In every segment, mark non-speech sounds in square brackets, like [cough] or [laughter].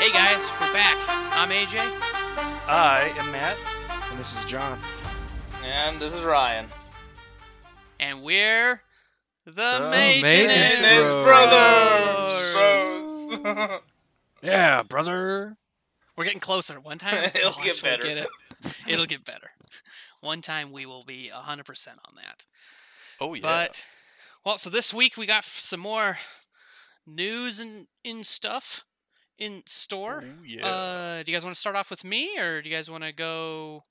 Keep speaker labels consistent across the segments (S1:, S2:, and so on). S1: Hey guys, we're back. I'm AJ.
S2: I am Matt.
S3: And this is John.
S4: And this is Ryan.
S1: and we're the,
S3: The
S1: maintenance,
S3: Maintenance
S4: Dennis
S3: Bros.
S4: Brothers!
S1: Bros.
S4: Bros.
S3: Yeah, brother.
S1: We're getting closer. One time
S4: It'll
S1: we'll
S4: get
S1: actually
S4: better.
S1: Get it. It'll get better. One time we will be hundred percent on that.
S2: Oh yeah.
S1: But well, so this week we got f- some more news and in stuff in store.
S2: Ooh, Oh, yeah.
S1: Uh, do you guys want to start off with me, or do you guys want to go?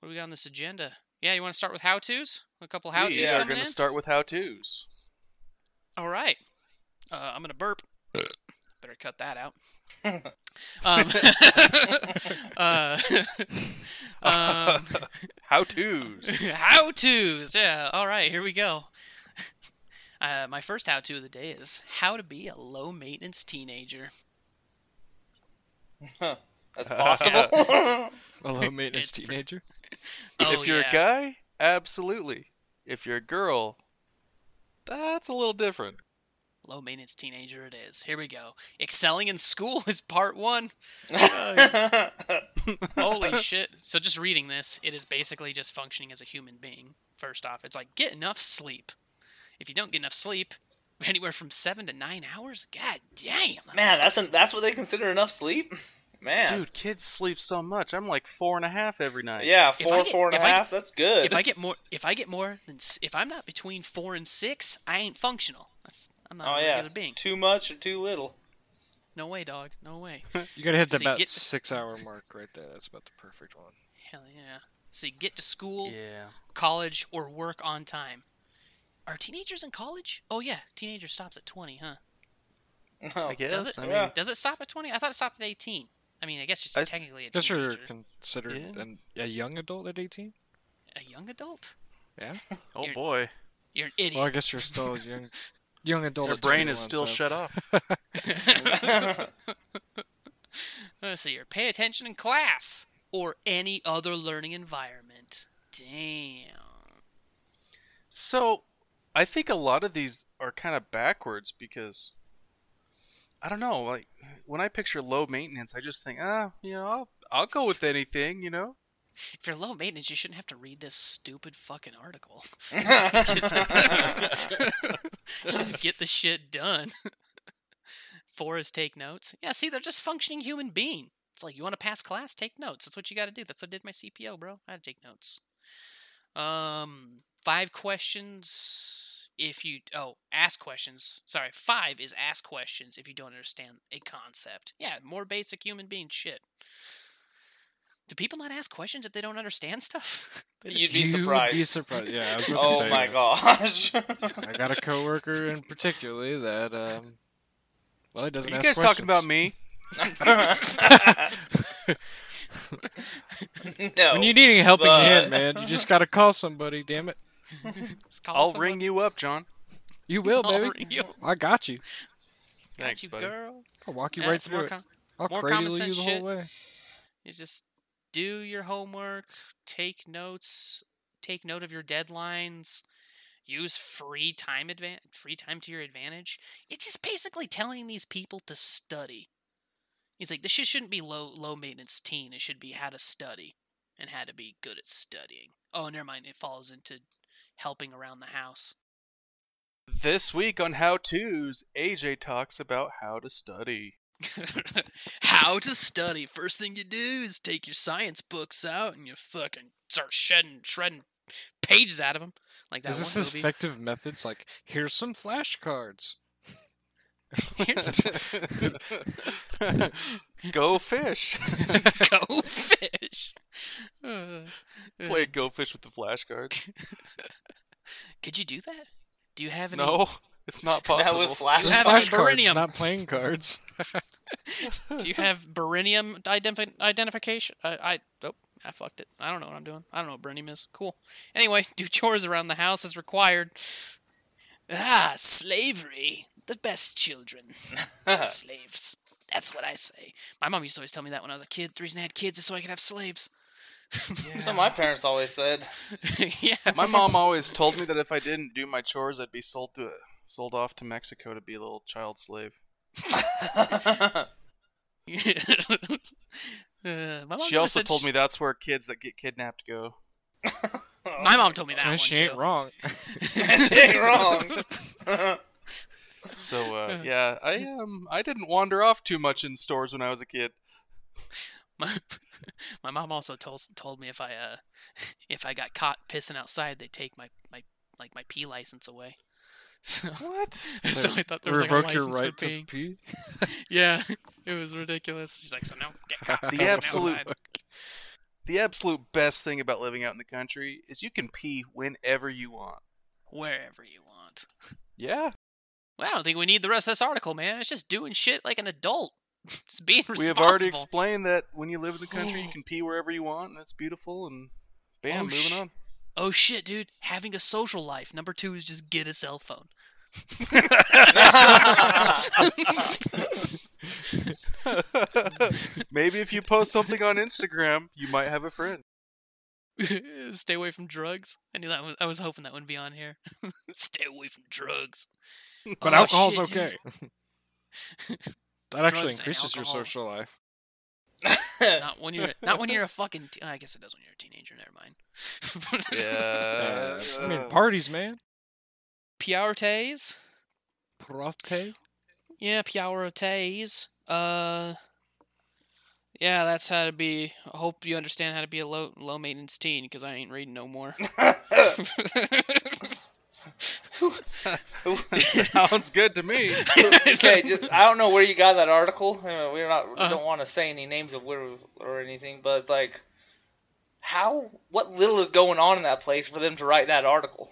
S1: What do we got on this agenda? Yeah, you want to start with how tos? A couple how tos
S2: we are
S1: coming
S2: going
S1: in.
S2: to start with how tos.
S1: All right, uh, I'm gonna
S2: [clears throat]
S1: burp. Better cut that
S2: [laughs]
S1: out. um, [laughs] uh,
S2: [laughs]
S1: um, [laughs]
S2: How tos.
S1: how tos. Yeah. All right. Here we go. [laughs] Uh, my first how to of the day is how to be a low maintenance teenager.
S4: [laughs] That's possible.
S3: A low maintenance
S1: It's pre-
S3: teenager.
S1: Oh,
S2: if you're
S1: yeah.
S2: a guy, absolutely. If you're a
S1: [laughs]
S2: girl, that's a little different.
S1: low maintenance teenager it is. Here we go. Excelling in school [laughs] is part one.
S4: [laughs]
S1: Holy shit. So, just reading this, it is basically just functioning as a human being. First off, it's like get enough sleep. If you don't get enough sleep, [laughs] anywhere from seven to nine hours, god damn.
S4: Man, that's
S1: nice.
S4: an, that's what they consider enough sleep. Man,
S2: Dude, kids sleep so much. I'm like four and a half every night.
S4: yeah,
S1: I
S4: four,
S1: get-
S4: four and a
S1: if I get-
S4: half. That's good. [laughs]
S1: if I get more, if I get more than, s- if I'm not between four and six, I ain't functional. That's I'm not
S4: oh
S1: a
S4: yeah,
S1: regular being.
S4: too much or too little.
S1: No way, dog. No
S4: [laughs]
S1: way.
S3: You gotta hit
S1: So
S3: the
S1: you
S3: about
S1: get-
S3: six hour mark right there. That's about the perfect one.
S1: Hell yeah. So you get to school,
S2: Yeah.
S1: college, or work on time. Are teenagers in college? Oh yeah, teenager stops at twenty, huh?
S4: No. [laughs]
S2: I guess.
S1: Does it?
S2: I
S4: Oh, Yeah.
S2: mean,
S1: Does it stop at 20? I thought it stopped at 18. I mean, I guess she's
S2: I s-
S1: technically a
S3: Guess
S1: teenager.
S3: you're considered
S2: Yeah.
S3: an, a young adult at 18?
S1: A young adult?
S3: Yeah.
S2: oh
S1: You're-
S2: boy.
S1: You're an idiot.
S3: Well, I guess you're still
S1: [laughs]
S3: a young, young adult.
S2: Your
S3: at
S2: brain is still
S3: 21, so-
S2: shut off.
S1: [laughs] Let's see here. Pay attention in class or any other learning environment. Damn.
S2: So, I think a lot of these are kind of backwards because I don't know. Like when I picture low maintenance, I just think, ah, you know, I'll, I'll go with anything. You know,
S1: If you're low maintenance, you shouldn't have to read this stupid fucking article. [laughs] just, [laughs] just get the shit done. [laughs] Four is take notes. Yeah, see, they're just functioning human being. It's like you want to pass class, take notes. That's what you got to do. That's what I did my CPO, bro. I had to take notes. Um, five questions. If you oh, ask questions. Sorry, five is ask questions if you don't understand a concept. Yeah, more basic human being shit. Do people not ask questions if they don't understand stuff? [laughs] They just-
S4: You'd be
S3: You would
S4: surprised.
S3: be surprised. Yeah,
S4: [laughs]
S3: I was about to
S4: oh
S3: say,
S4: my
S3: uh,
S4: gosh. [laughs]
S3: I got a coworker in particularly that, um, well, he
S2: are
S3: doesn't
S2: you
S3: ask
S2: guys
S3: questions.
S2: talking about me?
S4: no.
S3: When you need a helping
S4: but-
S3: hand, man, you just gotta call somebody, damn it.
S1: just call
S2: I'll
S1: someone.
S2: ring you up, John.
S3: You will,
S1: [laughs] I'll
S3: baby.
S1: ring you.
S3: I got you.
S1: Got
S2: Thanks,
S1: you,
S2: buddy.
S1: girl.
S3: I'll walk you
S1: Yeah,
S3: right
S1: it's more
S3: through it.
S1: com-
S3: I'll
S1: more
S3: cradle
S1: common
S3: you the
S1: sense shit.
S3: whole way.
S1: is just do your homework, take notes, take note of your deadlines, use free time advan- free time to your advantage. It's just basically telling these people to study. It's like this shit shouldn't be low low maintenance teen. It should be how to study and how to be good at studying. Oh, never mind. It falls into helping around the house.
S2: This week on How Tos, AJ talks about how to study. [laughs]
S1: [laughs] how to study. First thing you do is take your science books out and you fucking start shedding, shredding pages out of them. Like that
S3: Is
S1: one
S3: this his
S1: movie.
S3: effective methods? Like, here's some flashcards. [laughs]
S1: Here's
S2: go fish. [laughs]
S1: [laughs] go fish. [laughs] Uh,
S2: Play go fish with
S1: [laughs]
S2: the flashcards.
S1: could you do that? Do you have any?
S2: No, it's not
S4: Now
S2: possible.
S4: with flash.
S1: You
S3: Those
S1: have
S3: flashcards,
S1: Iberium.
S3: not playing cards. [laughs]
S1: Do you have beryllium identif- identification? I, I oh, I fucked it. I don't know what I'm doing. I don't know what beryllium is. Cool. Anyway, [laughs] do chores around the house as required. Ah, slavery. The best children.
S4: uh,
S1: slaves. That's what I say. My mom used to always tell me that when I was a kid. The reason I had kids is so I could have slaves.
S4: So my parents
S2: [laughs]
S4: always said.
S1: yeah.
S2: My mom always told me that if I didn't do my chores, I'd be sold to sold off to Mexico to be a little child slave.
S1: Uh, my mom
S2: She
S1: never
S2: also
S1: said
S2: told
S1: sh-
S2: me that's where kids that get kidnapped go.
S1: My mom
S4: [laughs]
S1: told me [laughs] that
S3: and
S1: one
S3: Uh, she ain't
S1: too. [laughs]
S3: wrong. [laughs]
S4: She ain't wrong.
S2: So uh,
S1: [laughs] Yeah.
S2: yeah, I um I didn't wander off too much in stores when I was a kid.
S1: [laughs] my, my mom also told told me if I uh if I got caught pissing outside, they'd take my my like my pee license away. [laughs] So
S2: What?
S1: so I thought there was like a
S3: Revoke your
S1: license
S3: right
S1: for peeing.
S3: to
S1: [laughs]
S3: pee.
S1: Yeah, [laughs] it was ridiculous. She's like, so now
S2: [laughs]
S1: get caught
S2: The
S1: pissing
S2: absolute-
S1: outside.
S2: The absolute best thing about living out in the country is you can pee whenever you want.
S1: wherever you want.
S2: [laughs] Yeah,
S1: Well, I don't think we need the rest of this article, man. It's just doing shit like an adult. It's being responsible.
S2: we have already explained that when you live in the country,
S1: [sighs]
S2: you can pee wherever you want, and it's beautiful. And bam,
S1: Oh,
S2: moving
S1: sh- [laughs]
S2: on. [laughs]
S1: oh shit, dude. Having a social life. Number two is just get a cell phone.
S2: Maybe if you post something on Instagram, you might have
S1: [laughs]
S2: a friend.
S1: Stay away from drugs. I knew that was, I was hoping that wouldn't be on here. Stay away from drugs.
S3: But
S1: Oh,
S3: alcohol's
S1: shit, dude.
S3: okay. [laughs] that actually
S1: Drugs and
S3: increases your
S1: alcohol.
S3: social life.
S1: Not when you're not when you're a fucking. Te- I guess it does when you're a teenager. Never mind.
S3: Uh, I mean, parties, man.
S1: Piautes.
S2: [laughs]
S3: Party.
S1: Yeah, Piautes. Uh, yeah, that's how to be. I hope you understand how to be a low low maintenance teen because I ain't reading no more.
S2: sounds good to me.
S4: okay, just I don't know where you got that article. Uh, We're not we
S1: Uh-huh.
S4: don't want to say any names of where we- or anything, but it's like how what little is going on in that place for them to write that article?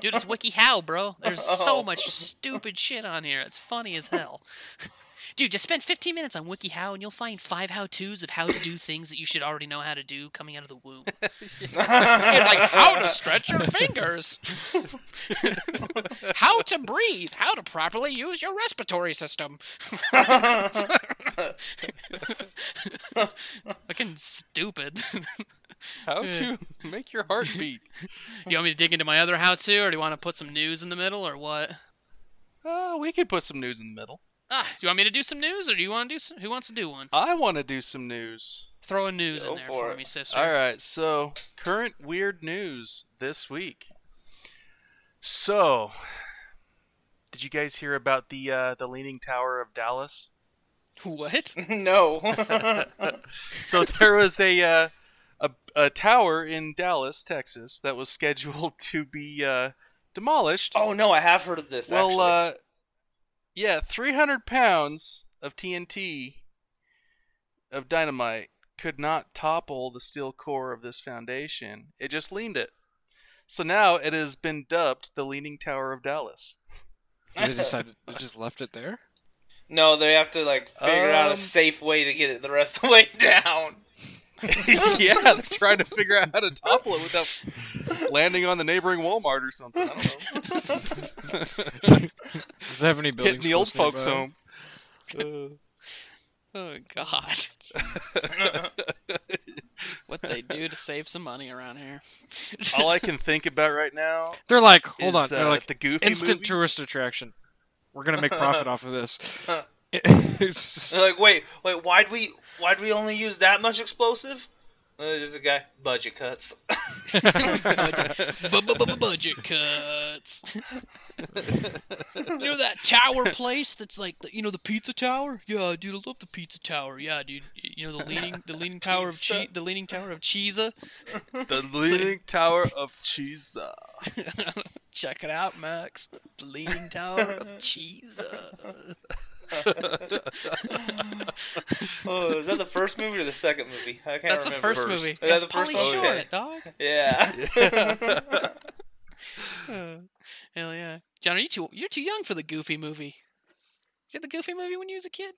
S1: Dude, it's WikiHow, bro. There's so
S4: Oh.
S1: much stupid shit on here. It's funny as hell. [laughs] Dude, just spend 15 minutes on WikiHow and you'll find five how to's of how to do things that you should already know how to do coming out of the womb.
S4: it's
S1: It's like how
S4: [laughs]
S1: to stretch your fingers, [laughs] how to breathe, how to properly use your respiratory system. [laughs] Fucking stupid. [laughs]
S2: How to make your heart beat.
S1: you want me to dig into my other how to, or do you want to put some news in the middle, or what?
S2: Uh, we could put some news in the middle.
S1: Ah, do you want me to do some news, or do you want to do some? Who wants to do one?
S2: I want to do some news.
S1: Throw a news
S4: Go
S1: in there
S4: for
S1: Uh, for
S4: it.
S1: me, sister.
S2: All right, so current weird news this week. So, did you guys hear about the uh, the Leaning Tower of Dallas?
S1: [laughs] What?
S4: [laughs]
S1: [laughs]
S4: no. [laughs]
S2: so there was a, uh, a a tower in Dallas, Texas, that was scheduled to be uh, demolished.
S4: oh no, I have heard of this.
S2: well,
S4: actually.
S2: uh, yeah, 300 pounds of TNT of dynamite could not topple the steel core of this foundation. It just leaned it. So now it has been dubbed the Leaning Tower of Dallas. [laughs]
S3: They decided they just left it there.
S4: no, they have to like figure out
S2: Um,
S4: a safe way to get it the rest of the [laughs] way down.
S2: yeah, they're trying to figure out how to topple it without landing on the neighboring Walmart or something. I
S3: [laughs]
S2: don't know.
S3: Does it have any buildings?
S2: hitting the old
S3: close
S2: folks
S3: nearby?
S2: home.
S1: Oh God! [laughs] what they do to save some money around [laughs] here?
S2: all I can think about right now
S3: They're like,
S2: is
S3: hold on. They're
S2: uh,
S3: like
S2: the Goofy
S3: instant
S2: movie.
S3: tourist attraction. We're gonna make
S2: [laughs]
S3: profit off of this. [laughs] it's just, [laughs]
S4: They're like, wait, wait, why'd we why'd we only use that much explosive? Uh, just a guy budget cuts.
S1: Budget cuts. [laughs] you know that tower place that's like the, you know the pizza tower? Yeah, dude, I love the pizza tower. Yeah, dude, you know the leaning the leaning tower of che- the leaning tower of Cheesa. [laughs]
S2: the Leaning Tower of Cheesa.
S1: Check it out, Max. The leaning tower
S3: [laughs]
S1: of Cheesa.
S4: [laughs] Oh, is that the first movie or the second movie? I can't
S1: That's the
S4: remember.
S1: first,
S2: first.
S1: movie.
S4: that
S1: That's
S4: the
S1: Polly
S4: first
S1: Shore in [laughs]
S4: one? Okay.
S1: it, dog.
S4: Yeah.
S1: Uh, hell yeah, John, are you too? You're too young for the Goofy movie. You had the Goofy movie when you was a kid?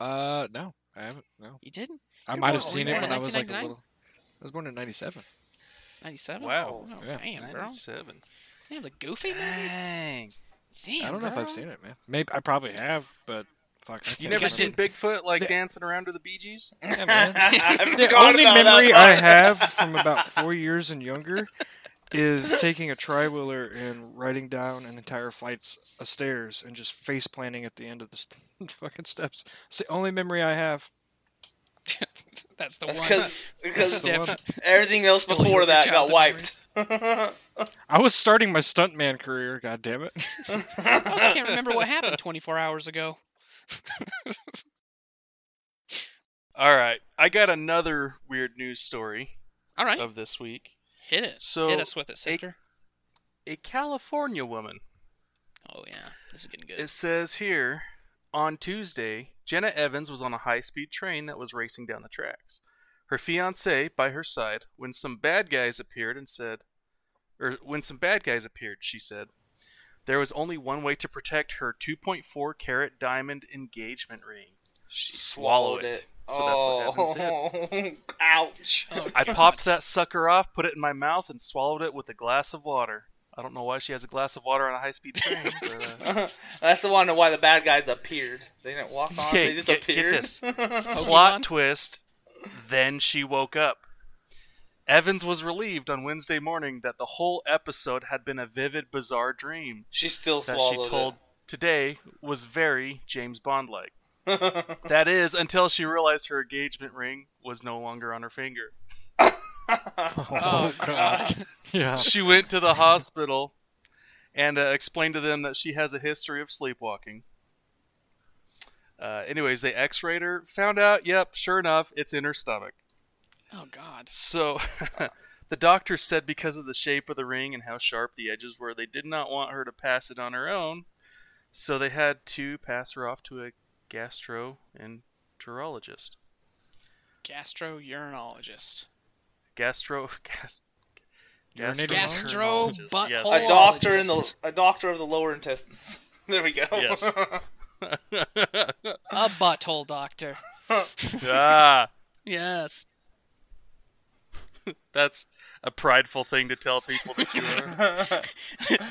S3: uh, no, I haven't. No,
S1: You didn't?
S3: I
S1: You're
S3: might have
S1: born-
S3: seen
S1: were you
S3: it
S1: born
S3: when
S1: in
S3: I was like a
S1: 1999?
S3: little. I was born in '97.
S1: Ninety-seven.
S2: Wow.
S1: Oh,
S3: Yeah.
S1: damn, bro.
S2: 97.
S1: Yeah, the Goofy movie.
S2: Dang.
S1: Damn,
S3: I don't know if
S1: bro.
S3: I've seen it, man. Maybe I probably have, but Fuck. I
S2: You
S3: can't
S2: never
S1: Yeah,
S2: seen
S3: remember.
S2: Bigfoot like
S3: the-
S2: dancing around to the Bee Gees?
S4: [laughs]
S3: Yeah, man.
S1: [laughs]
S4: I
S3: The
S4: forgot
S3: only
S4: about that
S3: memory I
S4: part.
S3: have from about four years and younger is taking a tri-wheeler and riding down an entire flight of stairs and just face planting at the end of the st- [laughs] fucking steps. It's the only memory I have.
S1: [laughs] That's
S4: [laughs]
S1: the
S4: That's
S1: one.
S4: [laughs] because because
S3: That's the one.
S4: everything else
S1: Stole
S4: before
S1: your
S4: that got
S1: childhood
S4: wiped. [laughs]
S3: I was starting my stuntman career. God damn it!
S1: I also can't remember what happened 24 hours ago. [laughs]
S2: All right, I got another weird news story
S1: All right,
S2: of this week.
S1: hit it.
S2: Uh, So
S1: hit us with it, sister.
S2: a California woman.
S1: oh yeah, this is getting good.
S2: It says here on Tuesday, Jenna Evans was on a high speed train that was racing down the tracks. Her fiance by her side when some bad guys appeared and said, or when some bad guys appeared, she said, there was only one way to protect her 2.4 carat diamond engagement ring.
S4: she
S2: Swallowed
S4: swallowed it.
S2: it. So that's what
S4: oh, [laughs] ouch!
S1: Oh,
S2: I
S1: God.
S2: popped that sucker off, put it in my mouth, and swallowed it with a glass of water. I don't know why she has a glass of water on a high speed train. But, uh,
S4: [laughs] That's the one why the bad guys appeared. They didn't
S2: [laughs]
S4: walk on;
S2: Okay,
S4: they just
S2: get- get
S4: appeared.
S2: this.
S1: Pokemon?
S2: Plot twist. Then she woke up. Evans was relieved on Wednesday morning that the whole episode had been a vivid, bizarre dream
S4: [laughs] she still
S2: that
S4: swallowed
S2: she told today was very James Bond like. That is, until she realized her engagement ring was no longer on her finger.
S3: [laughs]
S4: it.
S1: Oh God.
S3: Yeah.
S2: She went to the hospital and uh, explained to them that she has a history of sleepwalking. Uh, anyways, they x rayed her, found out, yep, sure enough, it's in her stomach.
S1: oh God.
S2: So [laughs] the doctor said because of the shape of the ring and how sharp the edges were, they did not want her to pass it on her own. So they had to pass her off to a gastroenterologist.
S1: Gastrourinologist.
S2: Gastro [laughs] gas,
S3: Urinator-
S1: Gastro
S2: gastroenterologist,
S1: butthole.
S4: [laughs] a doctor in the
S1: Zoologist.
S4: a doctor of the lower intestines. [laughs] There we go.
S2: Yes. Yes.
S1: A butthole doctor.
S2: [laughs] ah,
S1: Yes.
S2: that's a prideful thing to tell people that you are.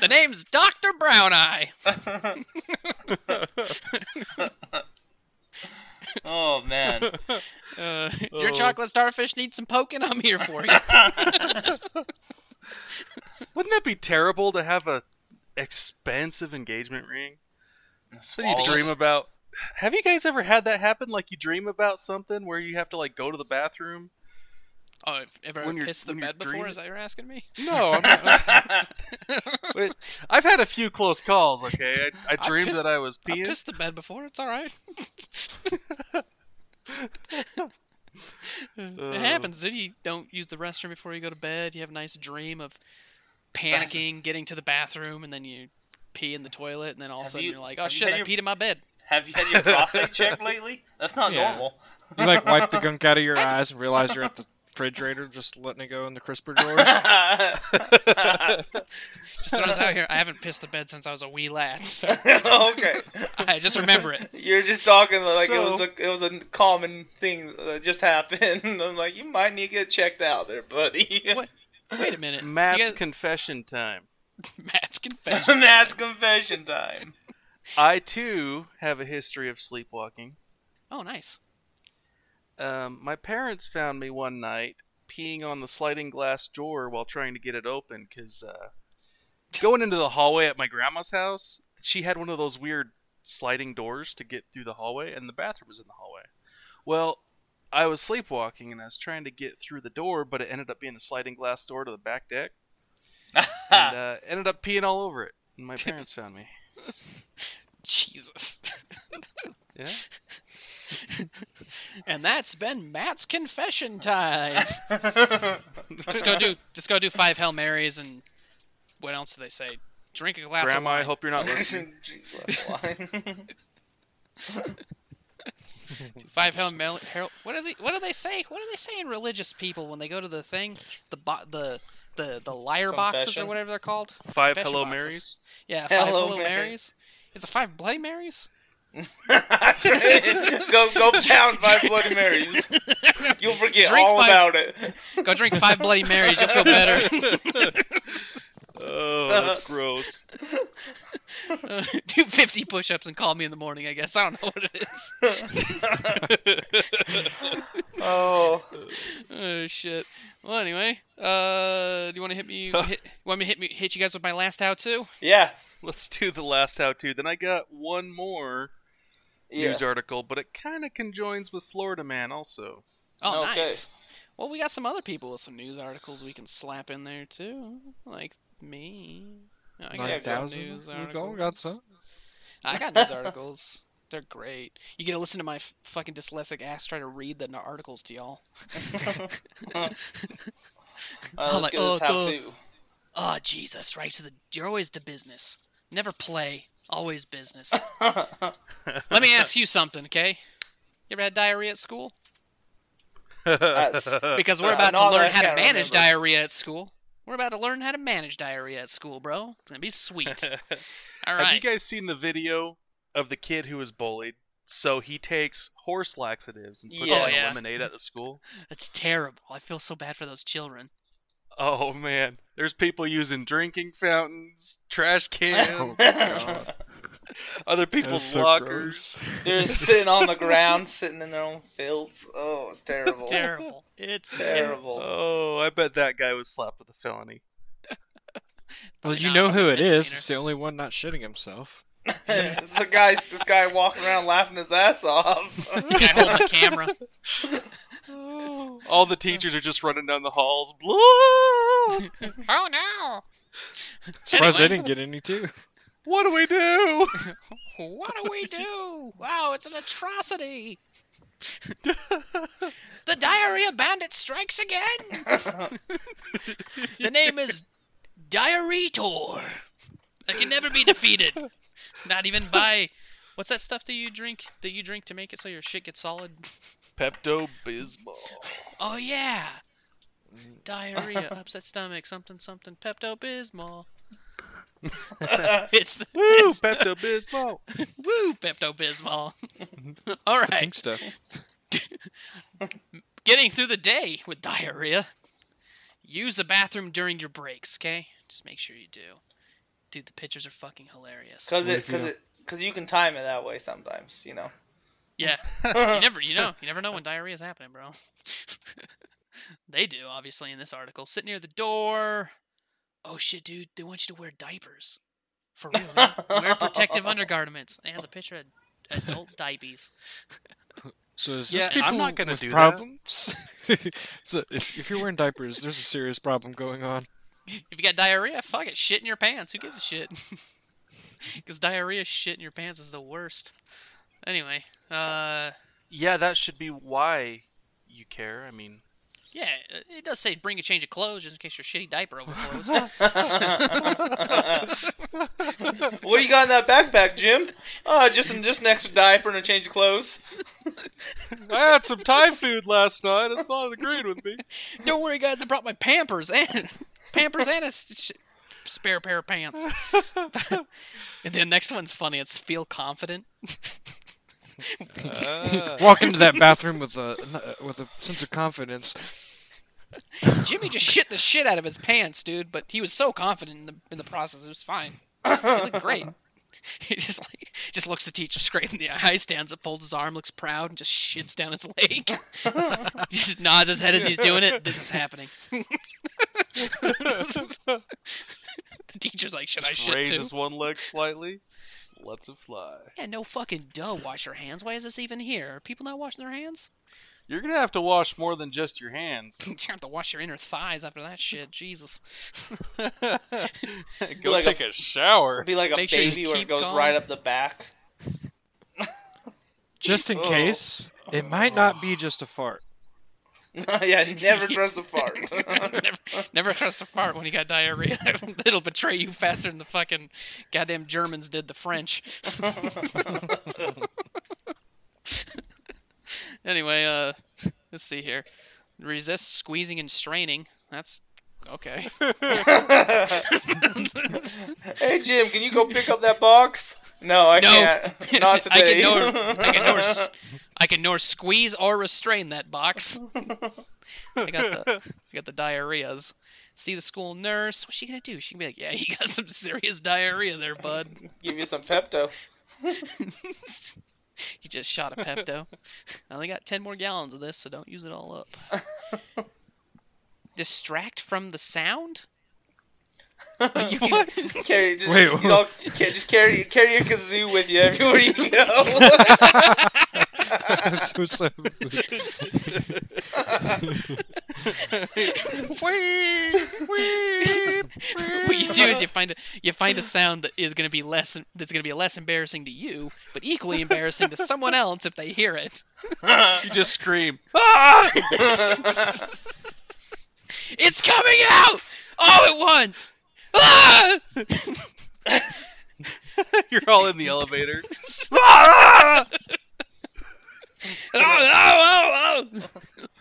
S4: [laughs]
S1: the name's Doctor Brown Eye.
S4: [laughs] oh
S2: [laughs]
S4: man.
S1: Uh, if Your
S2: Oh.
S1: chocolate starfish needs some poking. I'm here for
S2: [laughs]
S1: you.
S2: Wouldn't that be terrible to have a expensive engagement ring? What do you
S4: Swallows.
S2: dream about? Have you guys ever had that happen? Like you dream about something where you have to like go to the bathroom?
S1: Oh, if ever
S2: When you're-
S1: pissed the
S2: when you're
S1: bed before?
S2: dreaming-
S1: Is that you're asking me?
S2: No, I'm Wait, I've had a few close calls. Okay, I, [laughs] I
S1: I
S2: dreamed
S1: pissed-
S2: that I was
S1: I
S2: peeing.
S1: pissed the bed before. It's all right. [laughs]
S2: Uh,
S4: Uh,
S1: it happens, dude. You don't use the restroom before you go to bed. You have a nice dream of panicking, getting to the bathroom, and then you pee in the toilet, and then all of a
S4: Have
S1: sudden
S4: you-
S1: you, are like, "Oh
S4: have you
S1: shit,
S4: had
S1: I
S4: your-
S1: peed in my bed."
S4: [laughs] Have you had your
S2: [laughs]
S4: prostate checked lately? That's not
S3: Yeah.
S4: normal.
S3: You like wipe the gunk out of your eyes and realize you're at the refrigerator, just letting it go in the crisper [laughs] drawers.
S1: Just throws out here. I haven't pissed the bed since I was a wee lad, so [laughs]
S4: [laughs] okay.
S1: I just remember it.
S4: You're just talking like it was
S2: So-
S4: a it was a common thing that just happened. [laughs] I'm like, you might need to get checked out there, buddy.
S1: What? Wait a minute, You
S2: Matt's
S1: guys-
S2: confession time.
S1: [laughs] Matt's confession.
S4: That's confession time.
S2: I too have a history of sleepwalking.
S1: Oh, nice.
S2: Um, my parents found me one night peeing on the sliding glass door while trying to get it open because uh, going into the hallway at my grandma's house, she had one of those weird sliding doors to get through the hallway, and the bathroom was in the hallway. Well, I was sleepwalking and I was trying to get through the door, but it ended up being a sliding glass door to the
S1: [laughs]
S2: back deck, and uh, ended up peeing all over it. And my parents found me.
S1: Jesus. [laughs]
S2: Yeah.
S1: and that's been Matt's confession
S4: [laughs]
S1: time. just go do just go do five Hail Marys and what else do they say? Drink a glass
S2: Grandma, I
S1: of wine.
S2: hope you're
S1: [laughs]
S4: [laughs]
S2: not listening.
S4: Jeez, that's why.
S1: Five Hail Mary. Hail- What is it? What do they say? What do they say in religious people when they go to the thing, the bo- the the the liar boxes or
S4: Confession?
S1: whatever they're called?
S2: Five
S1: Confession
S2: Hello
S1: boxes. [laughs]
S2: Marys.
S1: Yeah, five
S4: Hello
S1: Hello,
S4: Mary.
S1: Marys. Is it five Bloody [laughs] Marys?
S4: go go pound by Bloody Marys. You'll forget
S1: Drink
S4: all
S1: five-
S4: about it.
S1: Go drink five Bloody Marys. You'll feel better. [laughs]
S2: [laughs] oh, that's gross.
S1: Uh, do 15 50 push-ups and call me in the morning. I guess I don't know what it is.
S4: oh,
S1: oh shit. Well, anyway, uh, do you want to hit me? Hit, want me to hit me? Hit you guys with my last how to?
S4: yeah.
S2: Let's do the last how to. Then I got one more
S4: Yeah.
S2: news article, but it kind of conjoins with Florida Man also.
S1: Oh,
S4: Okay.
S1: nice. Well, we got some other people with some news articles we can slap in there too, like me. I
S4: Nine
S1: got some
S3: thousand.
S1: news
S3: We've all got
S1: articles.
S3: some.
S1: I got news articles. They're great. You get to listen to my f- fucking dyslexic ass try to read the n- articles to y'all.
S4: All
S1: I'm
S4: right,
S1: like,
S4: Uh, let's go to
S1: oh,
S4: how
S1: duh.
S4: to.
S1: Oh Jesus! Right to the. You're always the business. Never play. Always business. Let me ask you something, okay? You ever had diarrhea at school?
S2: [laughs]
S1: Because we're
S4: Uh,
S1: about
S4: no,
S1: to learn
S4: I
S1: how to
S4: can't
S1: manage
S4: remember.
S1: diarrhea at school. We're about to learn how to manage diarrhea at school, bro. It's gonna be
S2: [laughs]
S1: sweet. All
S2: Have you
S1: right.
S2: guys seen the video of the kid who was bullied? So he takes horse laxatives and puts
S4: Yeah.
S2: them
S1: Oh,
S2: in
S1: yeah.
S2: lemonade at the school.
S1: That's terrible. I feel so bad for those
S2: [laughs]
S1: children.
S2: Oh man, there's people using drinking fountains,
S4: [laughs]
S2: trash cans,
S3: [laughs]
S2: other people's
S3: That's so
S2: lockers.
S3: gross.
S4: They're sitting on the ground, sitting in their own filth. Oh, it's
S1: [laughs]
S4: terrible.
S1: Terrible. It's terrible.
S4: Terrible.
S2: Oh, I bet that guy was slapped with a felony.
S3: Well,
S1: Probably
S3: you
S1: not.
S3: know
S1: Probably
S3: who
S1: a
S3: it is.
S1: misdemeanor.
S3: It's the only one not shitting himself.
S4: [laughs] this is the guy. This guy walking around laughing his ass off. [laughs]
S1: This guy holding a camera. Oh,
S2: All the teachers are just running down the
S1: [laughs]
S2: halls. Blah!
S1: [laughs] Oh no! Anyway.
S3: Surprised they didn't get any too.
S2: what do we do?
S1: What do we do? Wow, it's an atrocity! the diarrhea bandit strikes again! the name is Diarrheator. I can never be defeated. Not even by. What's that stuff that you drink? That you drink to make it so your shit gets solid?
S2: Pepto [laughs] Bismol.
S1: Oh, yeah! Diarrhea, upset stomach, something, something, Pepto Bismol. it's the.
S2: Woo, Pepto Bismol.
S1: Woo, Pepto Bismol. [laughs] All
S3: The
S1: right.
S3: pink stuff.
S1: getting through the day with diarrhea. Use the bathroom during your breaks, okay? Just make sure you do. Dude, the pictures are fucking hilarious.
S4: Cause
S3: What
S4: it,
S3: if you
S4: cause
S3: don't-
S4: it, cause you can time it that way sometimes. You know.
S1: Yeah. You never you know, you never know when diarrhea's happening, bro. [laughs] they do, obviously, in this article. Sit near the door. Oh shit, dude, they want you to wear diapers. For real, man. Wear protective undergarments. It has a picture of adult diapies.
S3: So is
S2: Yeah,
S3: this people
S2: I'm not gonna
S3: with
S2: do that.
S3: problems? [laughs] so if, if you're wearing diapers, there's a serious problem going on.
S1: If you got diarrhea, fuck it. Shit in your pants. Who gives a shit? [laughs] Because diarrhea shit in your pants is the worst. Anyway, uh,
S2: Yeah, that should be why you care.
S1: [laughs]
S2: I mean,
S1: yeah, it- it does say bring a change of clothes just in case your shitty diaper overflows.
S4: What you got in that backpack, Jim? Uh, just an, just an extra diaper and a change of clothes.
S2: [laughs] I had some Thai food last night. It's not agreeing with me.
S1: Don't worry, guys. I brought my Pampers and Pampers and a s- sh- spare pair of pants. [laughs] and then next one's funny. It's feel confident. Ah,
S3: Walk into that bathroom with a uh, with a sense of confidence.
S1: Jimmy just shit the shit out of his pants, dude. But he was so confident in the in the process, it was fine. He looked great. [laughs] He just like just looks the teacher straight in the eye, stands up, folds his arm, looks proud, and just shits down his leg. [laughs] he just nods his head as he's doing it. This is happening. [laughs] the teacher's like, "Should I shit too?"
S2: Raises one leg slightly, lets it fly.
S1: Yeah, no fucking duh. Wash your hands. Why is this even here? Are people not washing their hands? [laughs]
S2: You're gonna have to wash more than just your [laughs] hands.
S1: You have to wash your inner thighs after that shit. Jesus.
S2: Go
S4: Like a-
S2: take a,
S1: [laughs]
S2: shower. [laughs]
S4: Be like a
S1: Make sure you
S4: baby where it
S1: keep
S4: goes
S1: going.
S4: right up the back. [laughs]
S3: Just in case, it might not be just a fart.
S4: yeah,
S1: [laughs]
S4: never dress a fart.
S1: never, never trust a fart when you got diarrhea. [laughs] It'll betray you faster than the fucking goddamn Germans did the French. [laughs] anyway, uh, let's see here. Resist squeezing and straining. That's okay.
S4: [laughs]
S1: [laughs]
S4: hey, Jim, can you go pick up that box? No, I
S1: No. [laughs]
S4: can't. Not
S1: I can
S4: today.
S1: nor I can nor
S4: [laughs]
S1: s- I can nor squeeze or restrain that box. [laughs] I got the I got the diarrheas. See the school [laughs] nurse. What's she gonna do? She can be like, "Yeah, you got some serious diarrhea there, bud." [laughs]
S4: Give you some Pepto.
S1: you just shot a Pepto. I only got 10 more gallons of this, so don't use it all up.
S4: [laughs]
S1: Distract from the sound? You can-
S4: carry, just,
S3: Wait,
S4: you know, ca- just carry carry a kazoo with you
S1: [laughs]
S4: everywhere you [laughs] go.
S3: So sad.
S1: what you do is you find a you find a sound that is going to be less that's going to be less embarrassing to you, but equally embarrassing to someone else if they hear it.
S2: You just scream. [laughs] Ah!
S1: It's coming out all at once. Ah! [laughs]
S2: You're all in
S1: [laughs]
S2: the elevator.
S1: Oh, oh, oh, oh.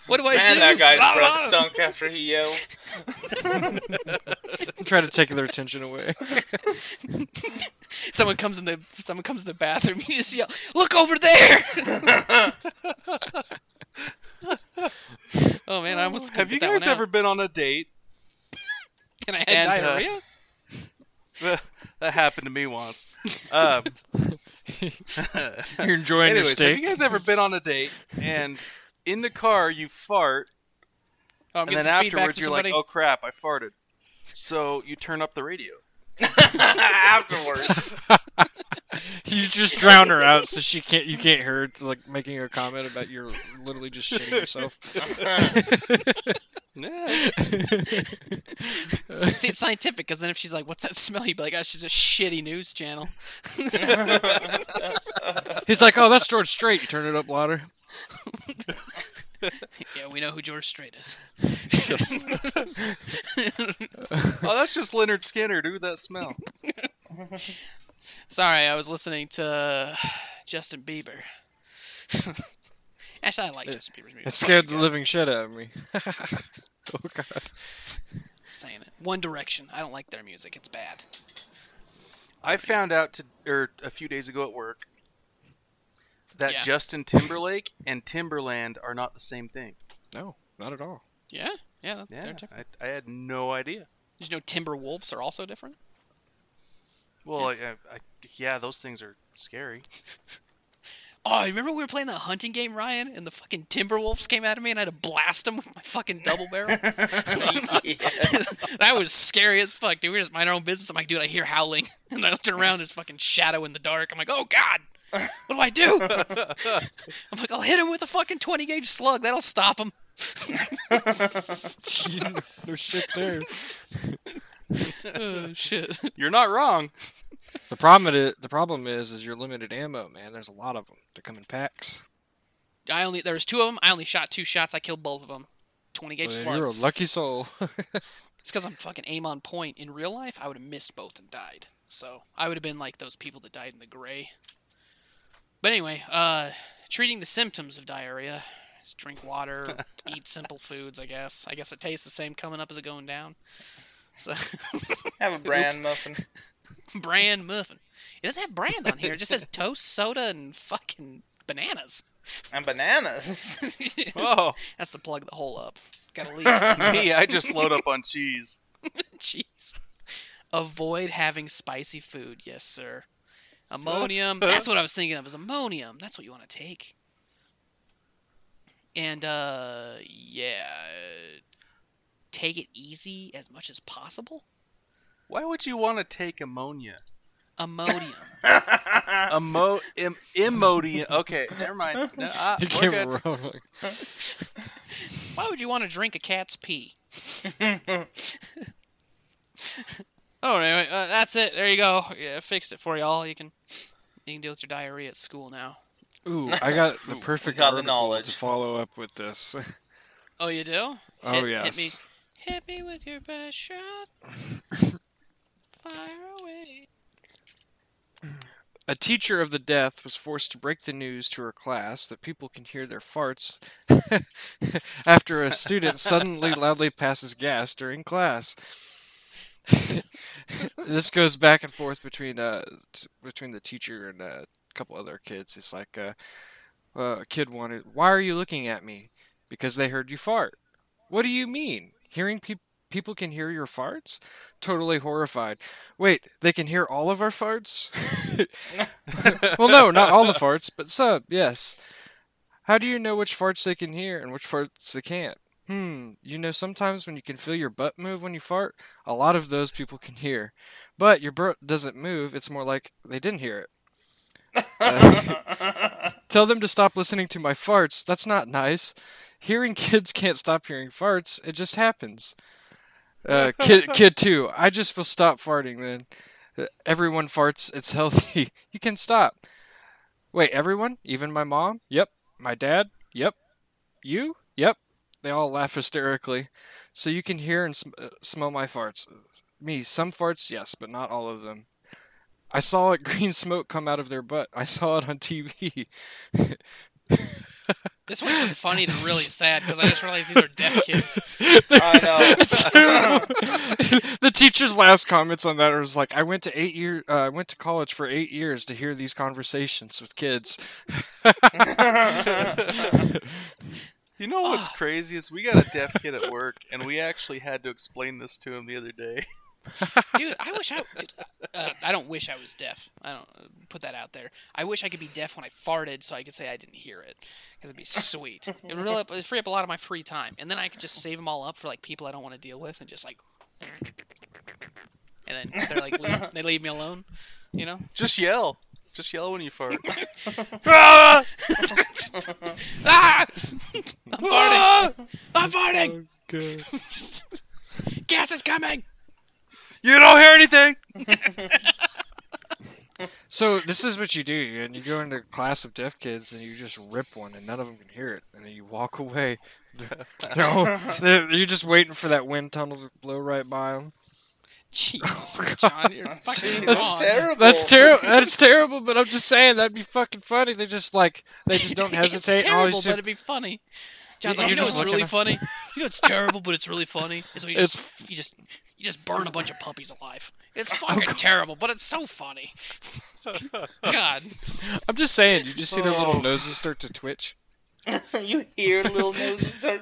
S1: What do I
S4: Man,
S1: do?
S4: that
S1: [laughs]
S4: guy's
S1: Ah,
S4: breath
S1: ah.
S4: stunk after he yelled.
S3: [laughs]
S4: [laughs]
S3: Try to take their attention away.
S1: Someone comes in the someone comes in the bathroom. [laughs] You just yell, "Look over
S4: [laughs]
S1: there!" oh man, I almost couldn't
S2: Have you
S1: get that
S2: guys
S1: one out.
S2: ever been on a date? [laughs]
S1: And I had
S2: and, uh,
S1: diarrhea. Oh,
S2: that happened to me [laughs] once. Um,
S3: You're enjoying your
S2: anyways, have
S3: steak.
S2: you guys ever been on a date and in the car you fart
S1: Oh, I'm
S2: and
S1: getting
S2: then
S1: some feedback
S2: afterwards
S1: from
S2: you're like,
S1: somebody.
S2: oh crap, I farted. So you turn up the radio.
S4: Afterwards,
S3: You just drown her out so she can't. You can't hear her like making a comment about you're literally just shitting yourself.
S2: Yeah.
S1: See, it's scientific because then if she's like, "What's that smell?" You'd be like, "Oh, she's a shitty news channel."
S3: He's like, "Oh, that's George Strait." You turn it up louder.
S1: [laughs] yeah, we know who George Strait is.
S2: [laughs] Oh, that's just Leonard Skinner, dude. That smell.
S1: Sorry, I was listening to [sighs] Justin Bieber. [laughs] Actually, I like Justin Bieber's music.
S3: [laughs] It scared
S1: Fuck
S3: the
S1: you guys
S3: living shit out of me. [laughs] oh god.
S1: Saying it. One Direction. I don't like their music. It's bad.
S2: I found out to, or a few days ago at work that
S1: Yeah.
S2: Justin Timberlake and Timberland are not the same thing.
S3: No, not at all.
S1: Yeah, yeah. that- They're
S2: Yeah,
S1: different.
S2: I, I had no idea.
S1: Did you know Timberwolves are also different?
S2: Well, I, I, I, yeah, those things are scary.
S1: Oh, remember we were playing that hunting game, Ryan, and the fucking Timberwolves came at me, and I had to blast them with my fucking double barrel.
S4: Yeah.
S1: [laughs] that was scary as fuck, dude. We were just minding our own business. I'm like, dude, I hear howling. [laughs] And I looked around, there's fucking shadow in the dark. I'm like, oh god, what do I do? I'm like, I'll hit him with a fucking 20 gauge slug. That'll stop him. [laughs]
S3: no shit there.
S1: oh shit.
S2: You're
S1: [laughs]
S2: not wrong.
S3: The problem it is, the problem is is you're limited ammo, man. There's a lot of them. They come in packs.
S1: I only there was two of them. I only shot two shots. I killed both of them. 20 gauge
S3: Man, you're a
S1: slugs.
S3: lucky soul. [laughs]
S1: It's because I'm fucking aim on point. In real life, I would have missed both and died. So I would have been like those people that died in the gray. But anyway, uh, treating the symptoms of diarrhea is drink water, eat simple foods. I guess. I guess it tastes the same coming up as it going down. So [laughs]
S4: [laughs] Have a bran muffin.
S1: bran muffin. It doesn't have brand on here. It just says toast, soda, and fucking bananas. [laughs]
S4: And bananas.
S2: Oh,
S1: That's to plug the hole up. Gotta leave.
S2: [laughs] me, I just load up on cheese.
S1: [laughs] Jeez. Avoid having spicy food. Yes, sir. [laughs] Ammonium. That's what I was thinking of. Is ammonium. That's what you want to take. And uh, yeah, take it easy as much as possible.
S2: Why would you want to take ammonia?
S1: [laughs] Ammonium.
S2: Emo, im, imodium. Okay, never mind. No,
S3: [laughs]
S2: I,
S3: He
S2: we're
S3: came
S2: good.
S3: around.
S1: Why would you want to drink a cat's pee? oh, anyway, uh, that's it. There you go. Yeah, I fixed it for y'all. You can you can deal with your diarrhea at school now.
S3: Ooh, I got the perfect
S4: got the
S3: article
S4: knowledge.
S3: to follow up with this. [laughs]
S1: Oh, you do?
S3: Oh
S1: Hit- hit me.
S3: yes.
S1: Hit me with your best shot. [laughs] Fire away.
S3: A teacher of the death was forced to break the news to her class that people can hear their farts [laughs] after a student suddenly loudly passes gas during class. [laughs] this goes back and forth between uh t- between the teacher and uh, a couple other kids. It's like uh, uh, a kid wanted, "Why are you looking at me?" Because they heard you fart. What do you mean? Hearing pe- people can hear your farts? Totally horrified. Wait, they can hear all of our farts? [laughs] well, no, not all the farts, but some, yes. How do you know which farts they can hear and which farts they can't? Hmm, you know, sometimes when you can feel your butt move when you fart, a lot of those people can hear. But your butt doesn't move, it's more like they didn't hear it. Tell them to stop listening to my farts. That's not nice. Hearing [laughs] kids can't stop hearing farts. It just happens. Uh, kid, kid two, I just will stop farting then. Uh, Everyone farts. It's healthy. [laughs] You can stop. Wait, everyone? Even my mom? Yep. My dad? Yep. You? Yep. They all laugh hysterically. So you can hear and sm- uh, smell my farts. Me, some farts, yes, but not all of them. I saw it [laughs] green smoke come out of their butt. I saw it on TV.
S1: This went from funny to really sad because I just realized these are deaf kids.
S3: [laughs]
S4: I know.
S3: It's terrible. [laughs] the teacher's last comments on that was like, "I went to eight year, uh, I went to college for eight years to hear these conversations with kids." [laughs]
S4: Oh,
S2: [laughs] You know what's crazy is we got a deaf kid at work, and we actually had to explain this to him the other day. [laughs]
S1: dude i wish i dude, uh, i don't wish i was deaf i don't uh, put that out there i wish i could be deaf when i farted so i could say i didn't hear it because it'd be sweet it would really it'd free up a lot of my free time and then i could just save them all up for like people i don't want to deal with and just like and then they're like leave, they leave me alone you know
S2: Just yell. Just yell when
S1: [laughs]
S2: you [laughs] fart.
S1: ah! Ah! i'm farting i'm farting gas is coming
S2: you don't hear anything.
S3: so this is what you do, and you go into a class of deaf kids, and you just rip one, and none of them can hear it, and then you walk away. [laughs] They're all- they're- you're just waiting for that wind tunnel to blow right by them.
S1: jesus john you're fucking
S4: That's
S1: wrong.
S4: terrible.
S3: That's terrible. That's terrible. But I'm just saying that'd be fucking funny. They just like
S1: [laughs]
S3: they just don't hesitate.
S1: It's
S3: and all you
S1: terrible,
S3: see-
S1: but it'd be funny. John's like,
S3: you're
S1: you know,
S3: just
S1: it's really
S3: looking [laughs]
S1: funny. You know, it's terrible, but it's really funny. Is when you just you just you just burn a bunch of puppies alive. It's
S3: Oh,
S1: fucking terrible, but it's so
S3: [laughs]
S1: funny. God, [laughs]
S3: I'm just saying. You just see their little noses start to [laughs] twitch.
S4: you hear little noses start.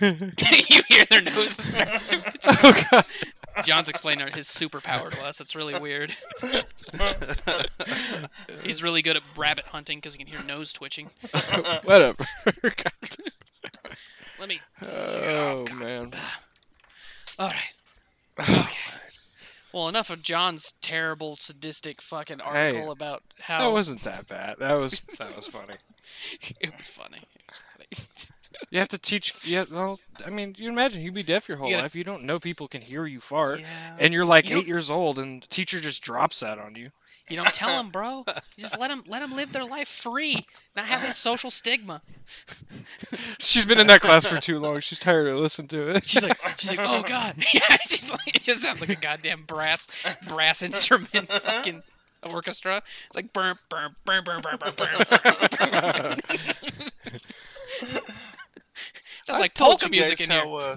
S1: you hear their noses start to twitch.
S3: Oh [laughs] god.
S1: John's explaining his superpower to us. It's really
S3: [laughs]
S1: weird. He's really good at rabbit hunting because he can hear nose twitching.
S3: Whatever. [laughs]
S1: Let me.
S3: oh man.
S1: All
S3: [sighs]
S1: right. Okay. Well, enough of John's terrible, sadistic fucking article about how
S3: That wasn't that bad. That was [laughs] that was funny.
S1: It was funny. It was funny. [laughs]
S3: You have to teach. Yeah. Well, I mean, you imagine you'd be deaf your whole
S1: You gotta-
S3: life. You don't know people can hear you fart,
S2: Yeah.
S3: and you're like
S1: You don't-
S3: eight years old, and the teacher just drops that on [laughs] you.
S1: You don't tell them, bro. You just let them let them live their life free, not have that social stigma.
S3: She's been in that class for too long. She's tired of listening to [laughs] it.
S1: She's like, she's like, oh god, [laughs] yeah. She's like, it just sounds like a goddamn brass brass [laughs] instrument fucking orchestra. It's like burn, burn, burn, burn, burn, burn, burn. [laughs] sounds like
S2: told
S1: polka
S2: you guys
S1: music in
S2: how,
S1: here.
S2: uh,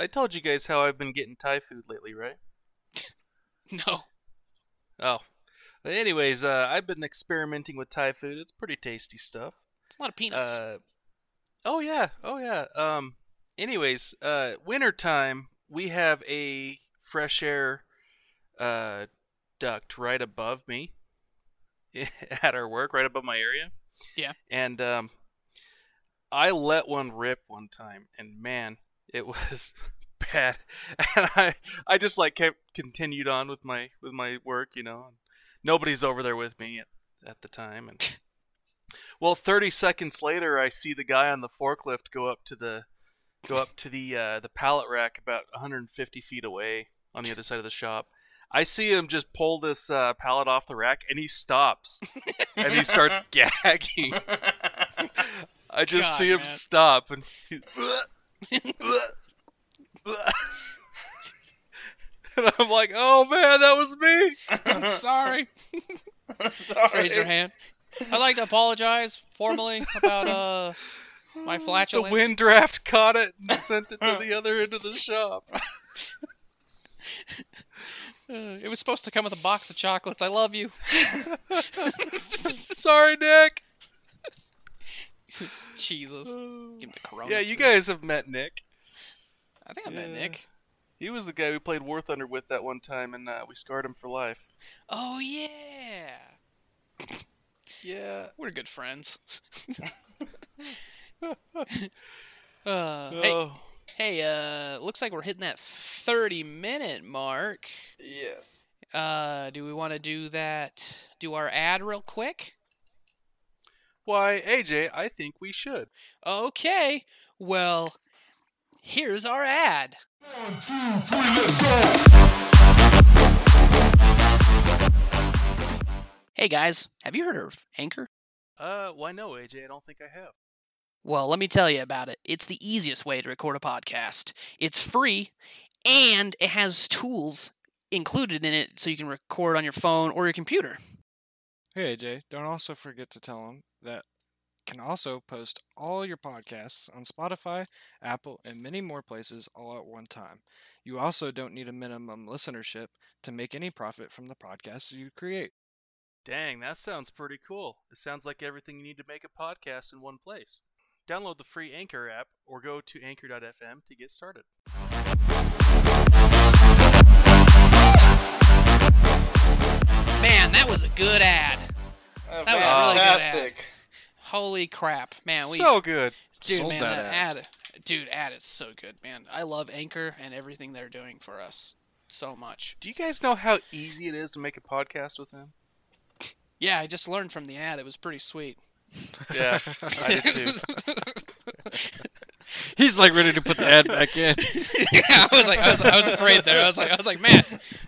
S2: I told you guys how I've been getting Thai food lately, right?
S1: [laughs] No,
S2: Oh. But anyways, uh, I've been experimenting with Thai food. It's pretty tasty stuff.
S1: it's a lot of peanuts.
S2: Uh, oh yeah, oh yeah. Um. Anyways, uh, wintertime we have a fresh air, uh, duct right above me, [laughs] at our work, right above my area.
S1: Yeah.
S2: And um, I let one rip one time, and man, it [laughs] was bad. [laughs] And I, I just like kept continued on with my with my work, you know. Nobody's over there with me at, at the time, and well, 30 seconds later, I see the guy on the forklift go up to the go up to the uh, the pallet rack about 150 feet away on the other side of the shop. I see him just pull this uh, pallet off the rack, and he stops, and
S1: [laughs]
S2: he starts gagging. I just
S1: God,
S2: see him
S1: man. [laughs]
S2: stop, and he, and I'm like, "Oh man, that was me."
S1: [laughs] I'm sorry.
S2: [laughs]
S4: Sorry.
S1: raise your hand. I'd like to apologize formally about uh my
S2: The
S1: flatulence.
S2: wind draft caught it and sent it to
S1: [laughs]
S2: the other end of the shop. [laughs]
S1: Uh, it was supposed to come with a box of chocolates. I love you. [laughs]
S2: Sorry, Nick.
S1: Jesus. Give me the corona.
S2: Yeah, you
S1: guys.
S2: guys have met Nick.
S1: I think I met
S2: Yeah.
S1: Nick.
S2: He was the guy we played War Thunder with that one time, and uh, we scarred him for life.
S1: Oh yeah,
S2: Yeah.
S1: we're good
S2: [laughs]
S1: friends. uh, hey,
S2: Oh,
S1: hey, uh, looks like we're hitting that thirty-minute mark.
S4: Yes.
S1: Uh, do we want to do that? Do our ad real quick?
S2: why, AJ? I think we should.
S1: Okay. Well, here's our ad. Hey guys, have you heard of Anchor?
S2: Uh, why no, AJ? I don't think I have.
S1: Well, let me tell you about it. It's the easiest way to record a podcast. It's free and it has tools included in it so you can record on your phone or your computer.
S3: Hey AJ, don't also forget to tell them that you can also post all your podcasts on Spotify, Apple, and many more places all at one time. You also don't need a minimum listenership to make any profit from the podcasts you create.
S2: Dang, that sounds pretty cool. It sounds like everything you need to make a podcast in one place. Download the free Anchor app or go to anchor.fm to get started.
S1: Man, that was a good ad.
S4: Uh,
S1: That was
S2: a really
S1: good ad.
S4: fantastic.
S1: Holy crap. Man, we
S2: so good.
S1: Dude,
S3: Sold
S1: man,
S3: that
S1: that, ad. dude, ad is so good, man. I love Anchor and everything they're doing for us so much.
S2: Do you guys know how easy it is to make a podcast with him?
S1: Yeah, I just learned from the ad. It was pretty sweet.
S3: [laughs]
S2: Yeah, I
S1: [laughs]
S2: did too.
S3: He's like ready to put the
S2: [laughs]
S3: ad back in.
S1: yeah, I was like, I was, I was afraid there. I was like, I was like, man,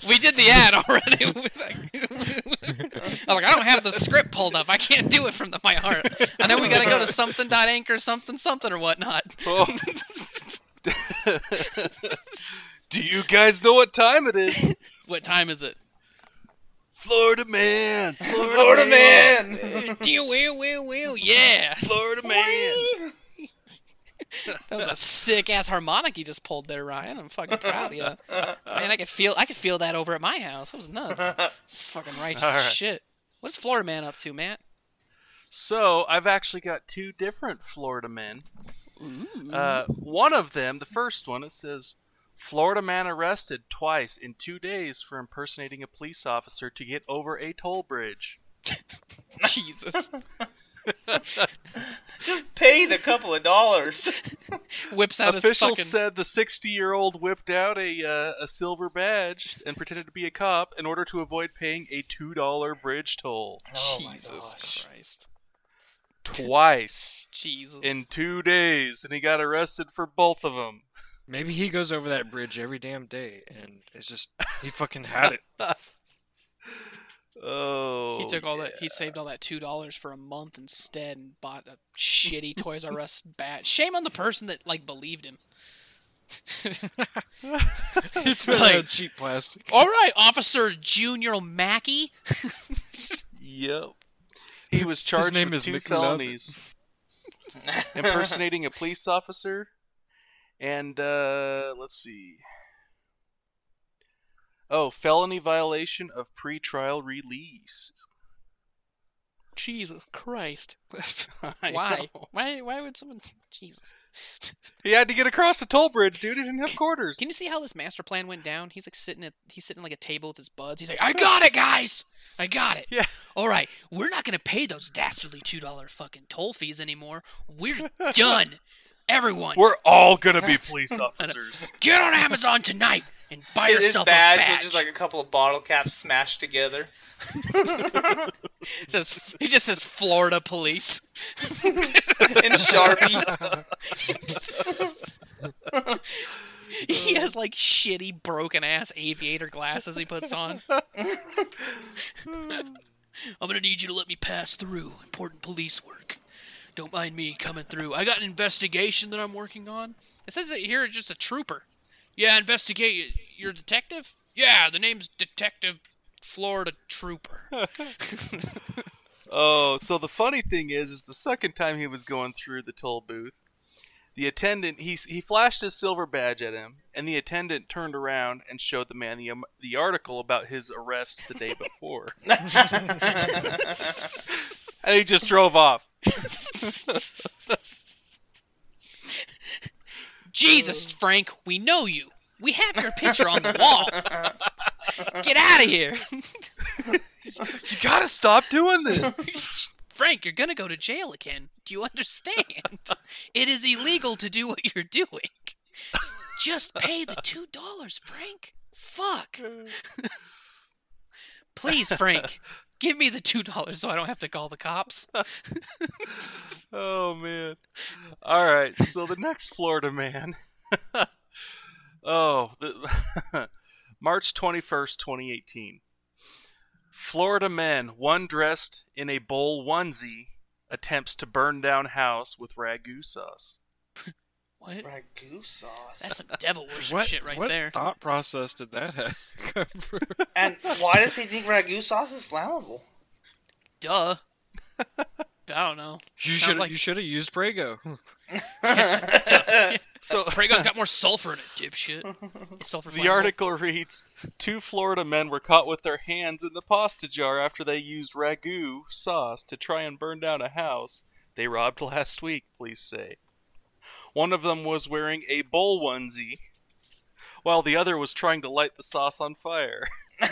S1: we did the ad already. [laughs] I was like, I'm like, I don't have the script pulled up. I can't do it from the, my heart. I know we gotta go to something dot anchor something something or whatnot.
S2: Oh. [laughs] Do you guys know what time it is?
S1: what time is [laughs] it?
S2: Florida man.
S4: Florida man.
S1: Deal, will, will, will. Yeah,
S2: Florida man.
S1: that was a sick ass harmonic you just pulled there, Ryan. I'm fucking proud of you. Man, I could feel, I could feel that over at my house. That was nuts. It's fucking righteous as
S2: Alright.
S1: shit. What's Florida man up to, Matt? [laughs]
S2: So I've actually got two different Florida men. Uh, one of them, the first one, it says, "Florida man arrested twice in two days for impersonating a police officer to get over a toll bridge."
S1: Jesus.
S4: [laughs] Paid a couple
S1: [laughs]
S4: of dollars.
S1: whips out
S2: Officials
S1: his fucking.
S2: said the 60-year-old whipped out a uh, a silver badge and pretended to be a cop in order to avoid paying a two dollar bridge toll
S4: Oh my
S1: Jesus
S4: gosh.
S1: Christ.
S2: twice
S1: Jesus.
S2: in two days, and he got arrested for both of them.
S3: [laughs] Maybe he goes over that bridge every damn day, and it's just he fucking had it.
S2: [laughs] Oh,
S1: he took all that. He saved all that two dollars for a month instead and bought a shitty Toys R Us bat. Shame on the person that like believed him.
S3: [laughs] It's been
S1: Like-
S3: like, cheap plastic.
S1: all right, Officer Junior Mackey. [laughs]
S2: Yep. He was charged
S3: name
S2: with
S3: is
S2: two
S3: Mick
S2: felonies:
S4: [laughs]
S1: [laughs]
S2: impersonating a police officer, and uh, let's see. Oh, felony violation of pretrial release.
S1: Jesus Christ!
S2: I
S1: Why?
S2: know.
S1: Why? Why would someone? Jesus!
S2: He had to get across the toll bridge, dude. He didn't have quarters.
S1: Can you see how this master plan went down? He's like sitting at he's sitting like a table with his buds. He's like, I got it, guys. I got it.
S2: Yeah.
S1: All right, we're not gonna pay those dastardly two dollar fucking toll fees anymore. We're done. Everyone,
S2: We're all gonna
S1: [laughs]
S2: be police officers.
S1: get on Amazon tonight and buy
S4: His
S1: yourself
S4: badge
S1: a
S4: was
S1: badge.
S4: just like a couple of bottle caps smashed together.
S1: It says he just says Florida police.
S4: in Sharpie.
S1: [laughs]
S4: [laughs]
S1: [laughs] he has like shitty broken ass aviator glasses he puts on. I'm gonna need you to let me pass through. Important police work. Don't mind me coming through. I got an investigation that I'm working on. It says that here it's just a trooper. Yeah, investigate. You're a detective? Yeah, the name's Detective Florida Trooper.
S2: oh, so the funny thing is, is the second time he was going through the toll booth, the attendant he he flashed his silver badge at him, and the attendant turned around and showed the man the um, the article about his arrest the day
S1: [laughs]
S2: before, and he just drove off.
S1: Jesus, Frank, we know you. We have your picture on the wall. Get out of here. [laughs]
S2: You [laughs] gotta stop [laughs] doing this.
S1: Frank, you're going to go to jail again. Do you understand? it is illegal to do what you're doing. Just pay the $2, Frank. Fuck. [laughs] Please, Frank, give me the $2 so I don't have to call the cops.
S2: oh man. All right. So the next Florida man. [laughs] oh, the, [laughs] March 21st, 2018. Florida man, one dressed in a bowl onesie, attempts to burn down house with ragu sauce.
S1: What?
S4: Ragu sauce.
S1: That's some devil worship
S3: [laughs] what
S1: shit right
S3: what
S1: there.
S3: thought process did that [laughs] have? come from?
S4: and why does he think ragu sauce is flammable?
S1: Duh. [laughs] I don't know.
S3: You
S1: Sounds
S3: should
S1: like-
S3: you should have used Prego. [laughs]
S2: So
S1: Prego's got more sulfur in it, dipshit. It's sulfur
S2: the
S1: flammable.
S2: article reads: Two Florida men were caught with their hands in the pasta jar after they used ragu sauce to try and burn down a house they robbed [laughs] last week. Police say. One of them was wearing a bowl onesie, while the other was trying to light the sauce on fire. [laughs]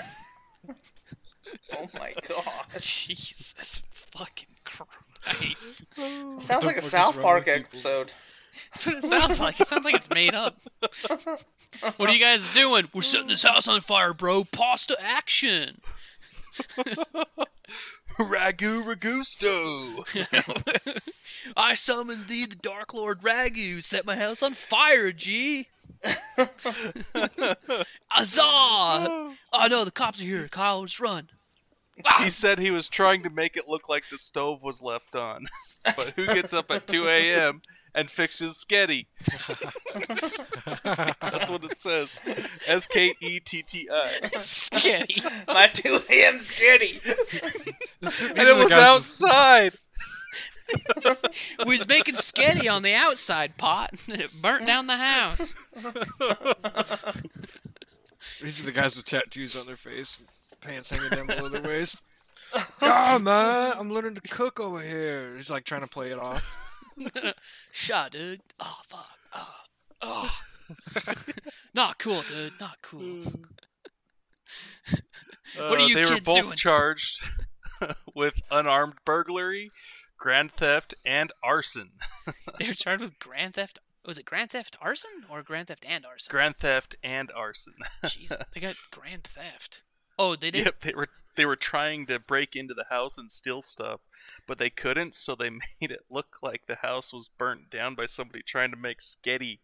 S4: Oh [laughs] my god.
S1: [laughs] Jesus fucking Christ.
S4: Sounds
S3: the
S4: like a
S3: fuck is
S4: South
S3: wrong
S4: Park
S3: with people?
S4: episode.
S1: That's what it sounds like. It sounds like it's made up. What are you guys doing? We're setting this house on fire, bro. Pasta action.
S2: ragu ragusto.
S1: I summon thee, the Dark Lord Ragu. Set my house on fire,
S3: [laughs]
S1: G. Azah! Oh no, the cops are here. Kyle, just run. [laughs]
S2: He said he was trying to make it look like the stove was left on. But who gets up at 2 a.m. and fixes sketty? That's what it says. S K E T T I.
S1: Skitty.
S4: My [laughs] 2 a.m. skitty.
S3: This-
S2: And
S3: these are
S2: it
S3: the
S2: was
S3: guys
S2: outside.
S1: We was making sketty on the outside pot, [laughs] and it burnt down the house. [laughs]
S3: with- These are the guys with tattoos on their face, pants hanging down below their waist. Ah man, I'm learning to cook over here. He's like trying to play
S1: [laughs]
S3: it off.
S1: Shot, dude. Oh, fuck. Oh. Oh. [laughs] Not cool, dude. Not cool. What are
S2: Uh,
S1: you
S2: They were
S1: kids
S2: both
S1: doing?
S2: charged [laughs] with unarmed burglary, grand theft, and arson. [laughs]
S1: They were charged with grand theft. Was it grand theft arson or grand theft and arson?
S2: Grand theft and arson.
S1: Jeez, they got grand theft. Oh, they did.
S2: Yep, they were they were trying to break into the house and steal stuff, but they couldn't, so they [laughs] made it look like the house was burnt down by somebody trying to make sketty.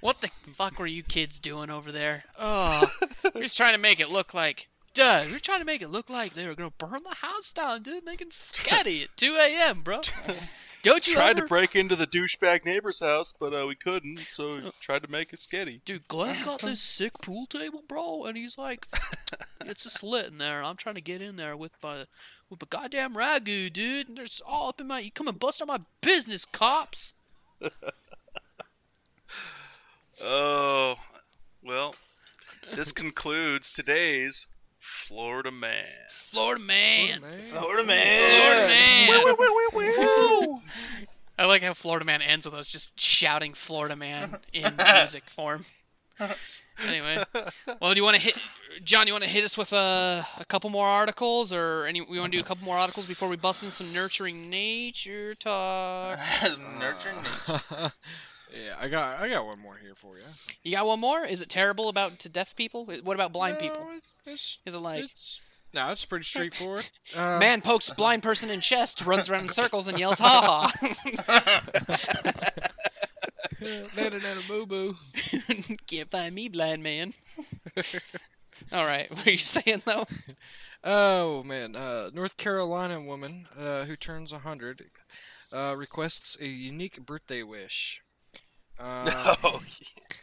S1: What the fuck were you kids doing over there? Oh, we're just trying to make it look like. Dude, we're trying to make it look like they were gonna burn the house down, dude. Making sketty at 2 a.m.,
S2: [laughs]
S1: bro. Don't you
S2: Tried
S1: ever...
S2: to break into the douchebag neighbor's house, but uh, we couldn't, so we tried to make it sketty.
S1: Dude, Glenn's got this sick pool table, bro, and he's like, it's just lit in there, and I'm trying to get in there with my with my goddamn ragu, dude. And there's all up in my. You come and bust on my business, cops.
S2: Oh, well, this concludes today's Florida Man.
S1: Florida man.
S4: Florida
S1: Florida [laughs]
S4: man.
S1: man. I like how Florida man ends with us just shouting Florida man in music form. Anyway, well, do you want to hit John? You want to hit us with a, a couple more articles, or any? We want to do a couple more articles before we bust in some nurturing nature talk.
S4: Nurture me. [laughs]
S3: [laughs] yeah, I got I got one more here for you.
S1: You got one more? Is it terrible about to deaf people? What about blind people?
S3: No, it's, it's,
S1: Is it like
S3: it's, no, it's
S1: [laughs]
S3: pretty straightforward. Uh,
S1: man pokes blind person in chest, runs around in circles, and yells ha ha?
S3: [laughs]
S1: [laughs]
S3: nana nana boo boo.
S1: Can't find me, blind
S3: [laughs]
S1: man. All right, what are you saying though?
S3: Oh man, uh, North Carolina woman uh, who turns hundred uh, requests a unique birthday wish. Uh,
S2: [laughs] Oh,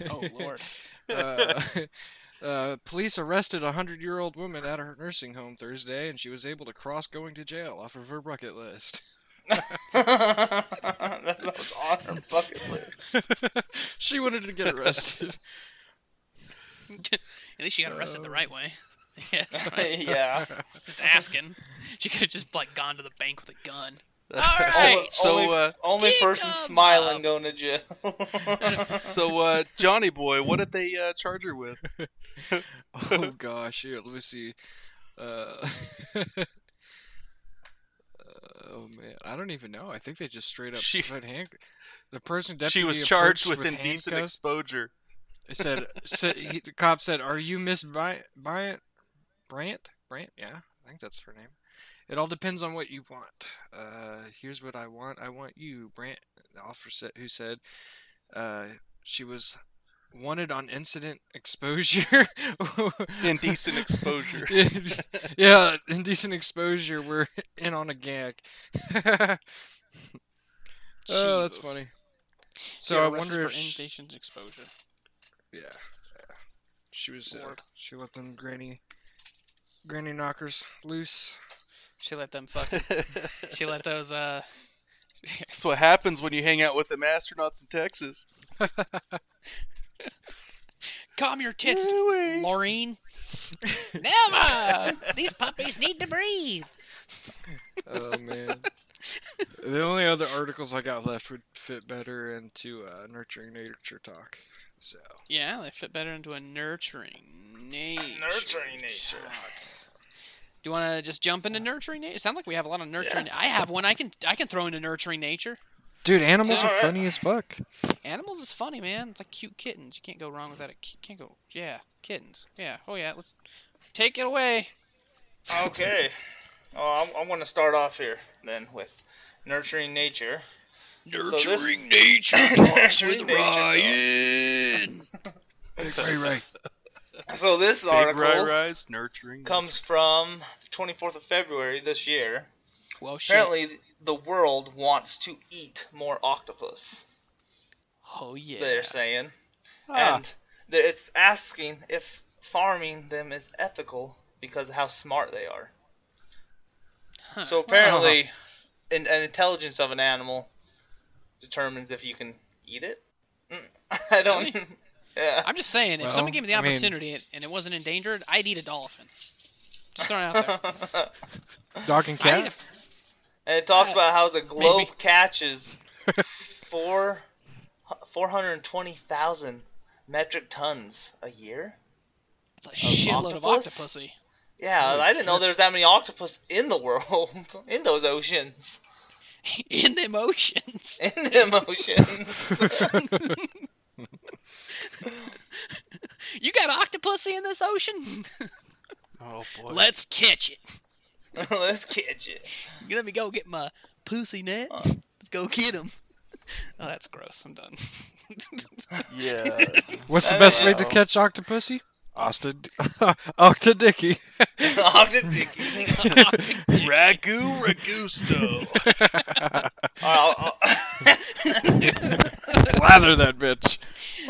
S3: [laughs]
S1: Oh lord.
S2: [laughs]
S3: uh, [laughs] uh, police arrested a hundred-year-old woman at her nursing home Thursday, and she was able to cross going to jail off of her bucket list. [laughs]
S4: that was on her bucket list.
S3: she wanted to
S2: [laughs]
S3: get arrested. [laughs]
S1: At least she got arrested
S3: Um,
S1: the right way. [laughs] Yes, right.
S3: [laughs]
S4: yeah.
S1: just asking. She could have just like gone to the bank with a gun.
S3: [laughs] Oh,
S1: Alright.
S2: so uh,
S4: Only person
S1: Dig 'em
S4: smiling
S1: up.
S4: going to jail. [laughs]
S2: so uh, Johnny boy, what did they uh, charge her with?
S3: Oh gosh, here, let me see. Uh, [laughs] oh man, I don't even know. I think they just straight up
S2: She-
S3: put hand. The person deputy
S2: she was charged
S3: approached
S2: with indecent [laughs]
S3: handcuffs.
S2: exposure.
S3: It said, said he, the cop said, "Are you Miss Bryant? Bryant? Bryant? Bryant? Yeah, I think that's her name. It all depends on what you want. Uh, here's what I want. I want you, Bryant." The officer said, who said, uh, she was wanted on incident exposure. [laughs]
S2: Indecent exposure.
S3: Yes. [laughs] yeah, indecent exposure. We're in on a gag. [laughs] oh,
S1: Jesus.
S3: that's funny. So
S1: You're
S3: I
S1: arrested
S3: wonder if
S1: for
S3: sh-
S1: invasion exposure.
S3: yeah. She was. Uh,
S1: Lord.
S3: she let them granny, granny knockers loose.
S1: She let them fuck.
S2: That's
S1: she let those uh
S2: what happens when you hang out with them astronauts in Texas.
S1: calm your tits,
S2: Woo-wee.
S1: [laughs] Laureen. Never. These puppies need to breathe.
S3: [laughs] Oh man. the only other articles I got left would fit better into uh, nurturing nature talk. So
S1: Yeah, they fit better into a nurturing nature.
S4: Nurturing nature.
S1: talk. Do you want to just jump into nurturing nature? It sounds like we have a lot of nurturing. I have one. I can I can throw into nurturing nature.
S3: dude, animals
S4: Alright.
S3: are funny as fuck.
S1: Animals is funny, man. It's like cute kittens. You can't go wrong with that. You can't go. Yeah, kittens. Yeah. Oh yeah. Let's take it away.
S4: okay. Oh, I'm, I'm going to start off here then with nurturing nature.
S1: Nurturing
S4: this- [laughs]
S1: nature
S4: talks with Nurturing nature
S1: Ryan.
S3: Ray Ray.
S4: So this
S2: Big
S4: article
S2: Rye Rise nurturing.
S4: comes from the 24th of February this year.
S1: Well, shit.
S4: Apparently, the world wants to eat more octopus.
S1: oh yeah.
S4: They're saying,
S2: Ah.
S4: and they're, it's asking if farming them is ethical because of how smart they are.
S1: Huh. Uh-huh.
S4: So apparently, an, an intelligence of an animal determines if you can eat it. Mm, [laughs] I don't.
S1: Really?
S4: yeah.
S1: I'm just saying, if someone
S3: Well,
S1: gave me the
S3: I mean-
S1: opportunity and- and it wasn't endangered, I'd eat a dolphin. Just throwing it out there.
S3: Dog and
S1: I'd eat a
S3: cat.
S4: And it talks about how the globe
S1: Uh, Maybe. [laughs]
S4: catches four four hundred twenty thousand metric tons a year.
S1: It's a shitload of
S4: octopus?
S1: octopussy. [laughs]
S4: Yeah, I didn't know there was that many octopus in the world, [laughs] in those oceans, [laughs]
S1: In them oceans.
S4: in them oceans. [laughs]
S1: You got octopussy in this ocean?
S2: Oh boy.
S1: Let's catch it.
S4: Let's catch it. [laughs]
S1: You Let me go get my pussy net.
S4: Uh.
S1: Let's go get him. Oh, that's gross. I'm
S4: [laughs]
S1: done.
S2: yeah.
S3: What's the
S4: I
S3: best
S4: don't
S3: way to
S4: know.
S3: catch octopussy? [laughs] Ostad, [laughs] octadicky.
S4: Octadicky.
S2: Ragu [laughs] Ragusto.
S4: I'll, I'll- [laughs]
S3: Lather that bitch.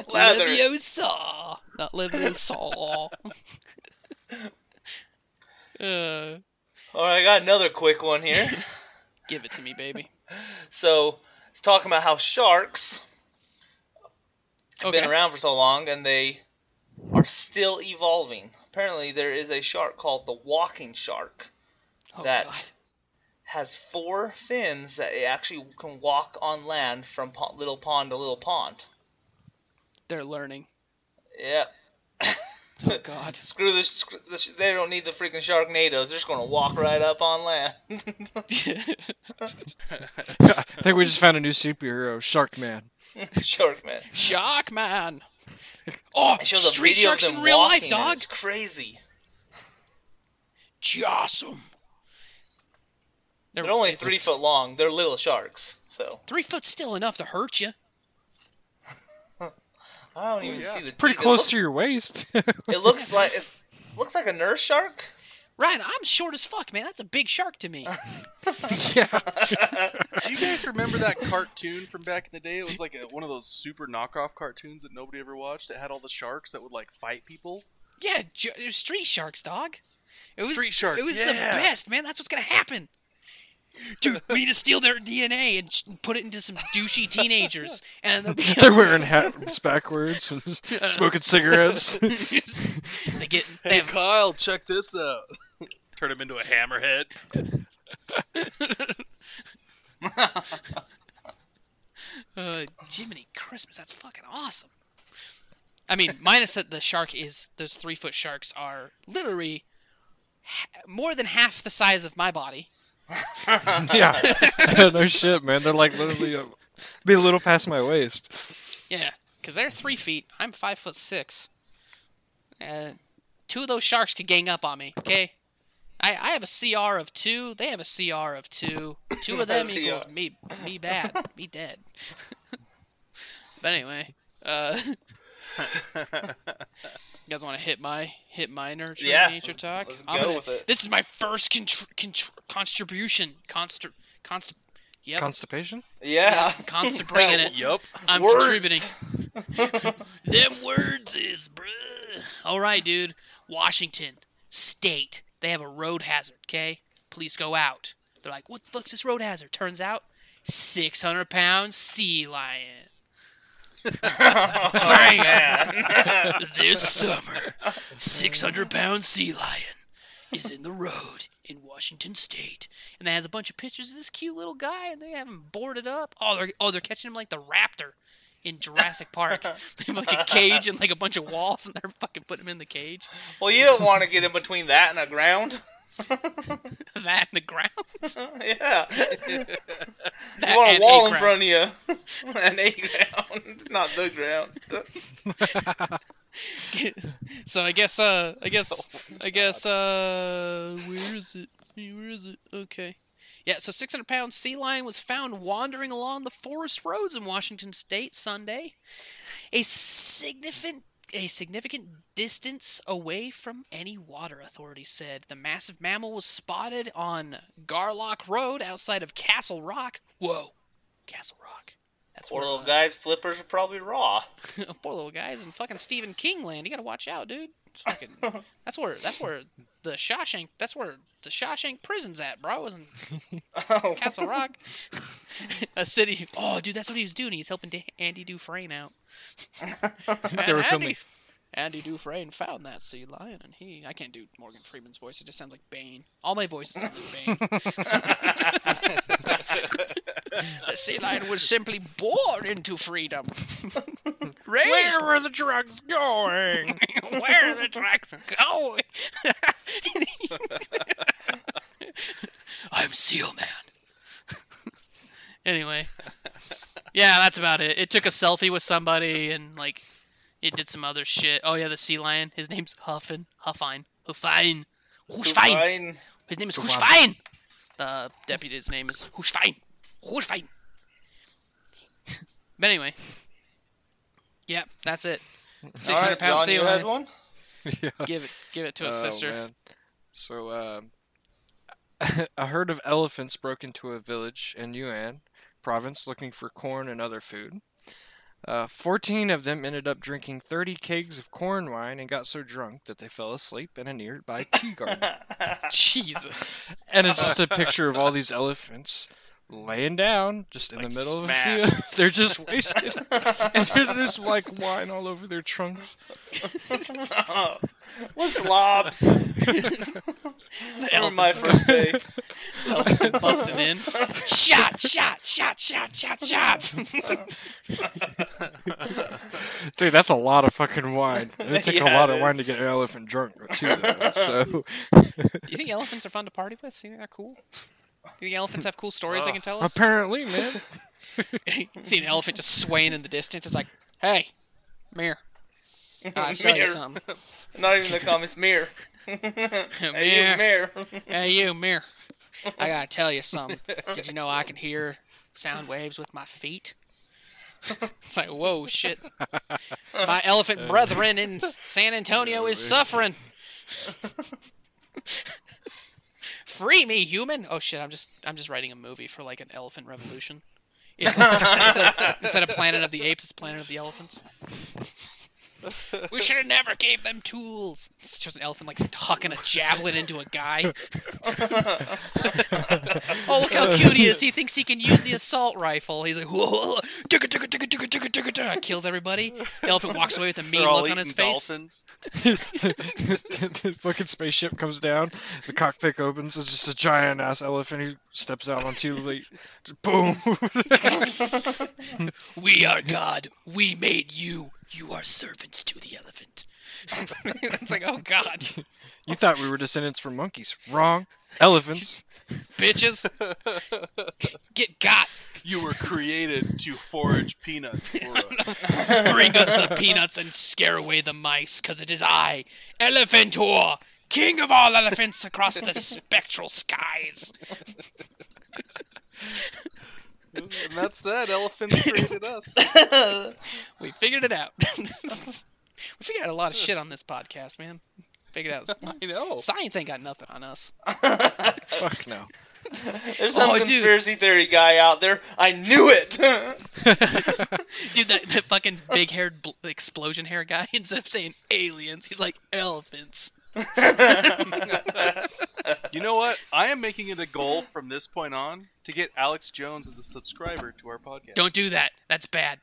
S4: Lather.
S1: Leviosa. Not
S4: [laughs]
S1: Leviosa. uh,
S4: all right,
S1: [laughs]
S4: I got another quick one here.
S1: give it to me, baby.
S4: So, it's talking about how sharks have
S1: Okay.
S4: been around for so long and they are still evolving. Apparently, there is a shark called the walking shark
S1: Oh,
S4: that
S1: God.
S4: has four fins that it actually can walk on land from po- little pond to little pond.
S1: They're
S4: [laughs]
S1: learning.
S4: Yep.
S1: Oh, God. [laughs]
S4: Screw this. Screw this they don't need the freaking Sharknadoes. They're just gonna walk right up on land. [laughs]
S3: I think we just found a new superhero, Shark Man.
S4: shark man.
S1: Shark man. Oh,
S4: It shows a
S1: street
S4: video
S1: sharks
S4: of them
S1: in real life,
S4: walking, and
S1: dog.
S4: It's crazy.
S1: Awesome.
S4: They're only
S1: it's-
S4: three foot long. They're little sharks. So
S1: Three foot's still enough to hurt you.
S4: I don't even see the. teeth.
S3: Pretty
S4: It
S3: close
S4: looks-
S3: to your waist. [laughs]
S4: It looks like it's looks like a nurse shark.
S1: Ryan, I'm short as fuck, man. That's a big shark to
S2: [laughs]
S1: me.
S3: yeah.
S2: Do you guys remember that cartoon from back in the day? It was like a, one of those super knockoff cartoons that nobody ever watched. It had all the sharks that would like fight people.
S1: yeah, j- it was street sharks, dog. It was,
S2: Street sharks,
S1: It was the
S2: yeah.
S1: best, man. That's what's gonna happen. Dude, we need to steal their DNA and sh- put it into some douchey
S2: [laughs]
S1: teenagers, and they'll be.
S3: [laughs] They're wearing hats
S1: [laughs]
S3: backwards and [laughs] smoking cigarettes.
S1: they get. They
S2: [laughs] Hey
S1: have,
S2: Kyle, check [laughs] this out. Turn him into a hammerhead.
S1: Uh, Jiminy Christmas, that's fucking awesome. I mean, minus that the shark is those three foot sharks are literally ha- more than half the size of my body.
S3: [laughs] [laughs] yeah. no shit, man. They're like literally uh, be a little past my waist.
S1: Yeah, because they're three feet. I'm five foot six. Uh, two of those sharks could gang up on me. Okay, I I have a CR of two. They have a CR of two. Two of
S4: [laughs]
S1: them
S4: CR.
S1: equals me me bad me dead. [laughs] but anyway, uh, [laughs] you guys want to hit my hit my nurture
S4: Yeah,
S1: nature talk?
S4: let's
S1: I'm
S4: go
S1: gonna-
S4: with it.
S1: This is my first contr- contr- contribution. Constr const. Yep.
S3: Constipation?
S4: yeah.
S1: Const bringing it.
S2: Yup.
S1: I'm
S4: Words.
S1: contributing. Them words is, bruh. All right, dude. Washington State. They have a road hazard. Okay, police go out. They're like, "What the fuck's this road hazard?" Turns out, 600 pound sea lion. [laughs] this summer, 600 pound sea lion is in the road in Washington State, and it has a bunch of pictures of this cute little guy, and they have him boarded up. Oh, they're oh they're catching him like the raptor in Jurassic
S4: [laughs]
S1: Park. [laughs] they have like a cage and like a bunch of walls, and they're fucking putting him in the cage,
S4: [laughs] Well, you don't want to get in between that and a ground. [laughs]
S1: that in the ground. [laughs]
S4: yeah. you
S1: That
S4: want
S1: and
S4: a wall
S1: ground.
S4: in front of you. [laughs] an A ground, [laughs] not the ground.
S1: [laughs] So I guess uh I guess I guess uh where is it? Hey, Where is it? Okay. Yeah, so 600 pound sea lion was found wandering along the forest roads in Washington state Sunday, a significant a significant distance away from any water authorities said. The massive mammal was spotted on Garlock Road outside of Castle Rock. Whoa. Castle Rock. That's
S4: Poor
S1: where,
S4: little
S1: uh,
S4: guy's flippers are probably raw.
S1: [laughs] poor little guys in fucking Stephen King land. You gotta watch out, dude. It's fucking, that's where that's where the Shawshank that's where the Shawshank prison's at, bro. It was in
S4: [laughs] Oh.
S1: Castle Rock, [laughs] a city. Oh, dude, that's what he was doing. He's helping Da- Andy Dufresne out.
S3: They were
S1: And
S3: filming.
S1: Andy, Andy Dufresne found that sea lion, and he. I can't do Morgan Freeman's voice. It just sounds like Bane. All my voices sound like Bane. the sea lion was simply born into freedom. Raised
S5: are the drugs going?
S1: [laughs] where are the tracks going? I'm Seal Man. [laughs] anyway, yeah, that's about it. It took a selfie with somebody and like it did some other shit. Oh yeah, the sea lion. His name's Huffin. Huffine. Huffine. Huffine.
S4: Fine.
S1: His name is Huffine. The deputy's name is Huffine. Huffine. [laughs] but anyway, yeah, that's it. Six
S4: All
S1: hundred
S4: right,
S1: pound
S4: John,
S1: sea
S4: you
S1: lion
S4: had one?
S3: yeah.
S1: give it give it to his
S3: Oh,
S1: sister.
S3: man. So, um, [laughs] a herd of elephants broke into a village in Yunnan province looking for corn and other food. Uh, 14 of them ended up drinking 30 kegs of corn wine and got so drunk that they fell asleep in a nearby tea garden.
S1: [laughs]
S4: [laughs]
S1: Jesus.
S3: and it's just a picture of all these elephants laying down just in the middle of a field. [laughs] They're just
S4: [laughs]
S3: wasted.
S1: [laughs]
S3: and there's, there's like wine all over their trunks.
S4: What's lobs? Remember my
S1: [laughs]
S4: first day. [laughs]
S1: Elephant busted in. Shot, shot, shot, shot, shot,
S4: [laughs]
S1: shot.
S3: Dude, that's a lot of fucking wine. It would
S4: [laughs]
S3: take
S4: Yeah,
S3: a lot
S4: it
S3: of wine to
S4: is.
S3: get an elephant drunk, too. Though.
S4: [laughs]
S3: So
S1: you think elephants are fun to party with? You think they're cool? You think elephants have cool stories they can tell us?
S3: apparently, man,
S1: [laughs] you see an elephant just swaying in the distance. It's like, hey, Mir.
S4: [laughs]
S1: I show you
S4: Mir.
S1: something.
S4: Not even the comments,
S1: [laughs]
S4: mirror. Hey, you, mirror.
S1: Hey, you, Mir. I gotta tell you
S4: [laughs]
S1: something. Did you know I can hear sound waves with my feet? [laughs] It's like, whoa,
S4: [laughs]
S1: shit. My elephant brethren in San Antonio is suffering. Free me, human! Oh shit, I'm just I'm just writing a movie for like an elephant revolution.
S2: [laughs]
S1: It's instead, of, instead of Planet of the Apes, it's Planet of the Elephants. We should have never gave them tools. It's just an elephant like hucking a javelin into a
S2: [laughs]
S1: guy. oh look how cute he is! He thinks he can use the assault rifle. He's like, whoa, ticka ticka ticka ticka ticka ticka ah, kills everybody. The elephant walks away with a mean
S2: They're all
S1: look on his
S2: eating
S1: face.
S2: Dolphins.
S3: [laughs] the fucking spaceship comes down. The cockpit opens. It's just a giant ass elephant. He steps out on two like, boom. [laughs]
S1: We are God. We made you. You are servants to the elephant. [laughs] it's like, oh God,
S3: you thought we were descendants from monkeys? Wrong. Elephants.
S1: bitches, get got.
S2: You were created to forage peanuts [laughs] for us.
S1: Bring us the peanuts and scare away the mice, because it is I, Elephantor, king of all elephants across the spectral skies.
S2: and that's
S1: [laughs]
S2: that. Elephants created us.
S1: We figured it out. [laughs] we figured out a lot of shit on this podcast, man. Figured out [laughs]
S2: I know.
S1: science ain't got nothing on us.
S3: [laughs] Fuck no.
S4: There's some
S1: Oh, dude.
S4: conspiracy theory guy out there. I knew it. [laughs]
S1: Dude, that, that fucking big haired bl- explosion hair guy, [laughs] instead of saying aliens, he's like elephants.
S2: You know what? I am making it a goal from this point on to get Alex Jones as a subscriber to our podcast.
S1: Don't do that. That's bad.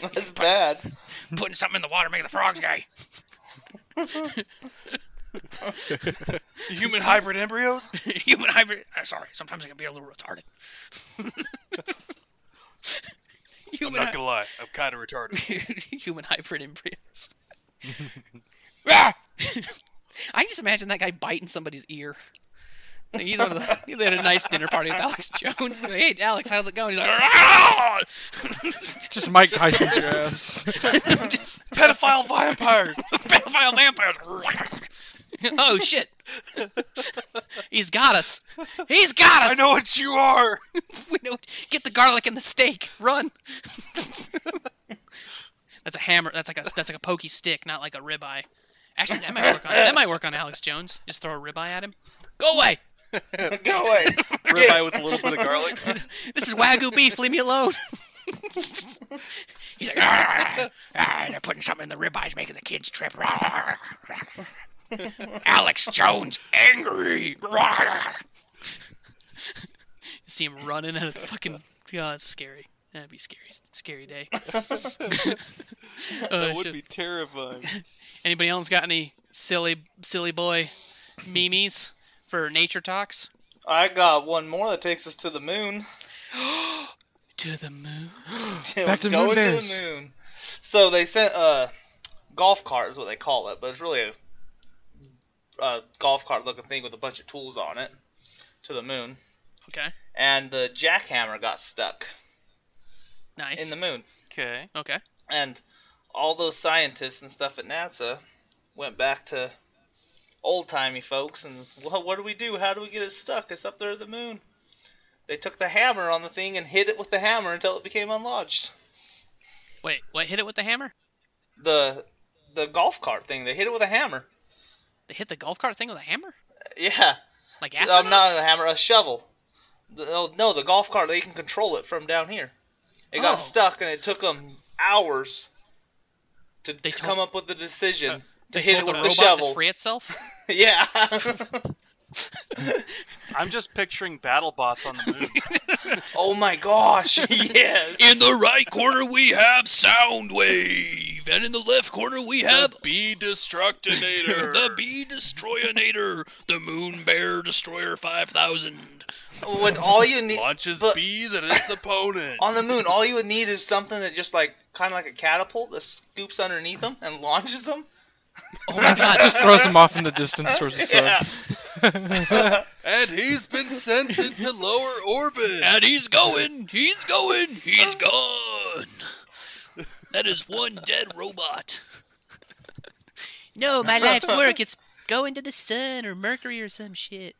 S4: That's bad.
S1: Putting something in the water, making the frogs gay. [laughs]
S2: human hybrid
S1: [laughs]
S2: embryos?
S1: Human hybrid. Uh, sorry, sometimes I can be a little retarded. [laughs] Human,
S2: Not gonna lie, I'm kind of retarded.
S1: [laughs] hy- human hybrid embryos. Ah! I just imagine that guy biting somebody's ear. Like, He's, one of the, he's at a nice dinner party with Alex Jones. Like, hey, Alex, how's it going? He's like, "Ah!" [laughs]
S3: Just Mike Tyson's your ass.
S1: Just-
S2: [laughs] Pedophile vampires.
S1: pedophile vampires. oh shit! He's got us. He's got us.
S2: I know [laughs] what you are.
S1: We know. Get the garlic and the steak. Run. that's a hammer. That's like a that's like a pokey stick, not like a ribeye. Actually, that might work on that might work on Alex Jones. Just throw a ribeye at him. Go away.
S4: Go away.
S2: Ribeye with a little bit of
S1: [laughs]
S2: garlic.
S1: This is wagyu beef. Leave me alone. He's like, "Arr, arr, they're putting something in the ribeyes, making the kids trip. Arr, arr, arr." Alex Jones angry. Arr. See him running at a fucking. God, it's scary. That'd be scary. Scary day.
S2: [laughs]
S1: Uh,
S2: That would
S1: shit.
S2: be terrifying.
S1: Anybody else got any silly, silly boy memes for nature talks?
S4: I got one more that takes us to the moon.
S1: To the moon.
S3: Back to
S4: Going
S3: moon days.
S4: the moon. So they sent a golf cart is what they call it, but it's really a, a golf cart looking thing with a bunch of tools on it to the moon.
S1: Okay.
S4: And the jackhammer got stuck
S1: Nice.
S4: in the moon.
S2: Okay.
S1: okay.
S4: And all those scientists and stuff at NASA went back to old timey folks and well, what do we do? How do we get it stuck? It's up there at the moon. They took the hammer on the thing and hit it with the hammer until it became unlodged.
S1: Wait, what hit it with the hammer?
S4: The the golf cart thing, they hit it with a hammer. [laughs]
S1: They hit the golf cart thing with a hammer?
S4: Yeah.
S1: Like
S4: Um, not
S1: astronauts?
S4: a hammer, a shovel. The, no, no, the golf cart, they can control it from down here. It
S1: Oh.
S4: got stuck, and it took them hours to,
S1: They
S4: to
S1: told- Uh,
S4: come up with the decision to
S1: They
S4: hit
S1: told
S4: it
S1: the robot
S4: with the shovel.
S1: to free itself?
S4: [laughs] yeah. [laughs]
S2: I'm just picturing battle bots on the moon.
S1: [laughs]
S4: oh my gosh. [laughs] yes.
S1: In the right corner we have sound wave, and in the left corner we have
S2: Be
S1: [laughs]
S2: destructinator.
S1: the bee destroyinator, the moon bear destroyer 5000.
S4: When all you need
S2: launches
S4: but-
S2: bees at its opponent.
S4: on the moon, all you would need is something that just like kind of like a catapult that scoops underneath them and [laughs] launches them.
S1: Oh my god, just
S3: Throws him off in the distance towards the sun.
S4: Yeah.
S2: and he's been sent into lower orbit.
S1: and he's going, he's going, he's gone. That is one dead robot. [laughs] No, [laughs] my life's work. It's going to the sun or Mercury or some shit.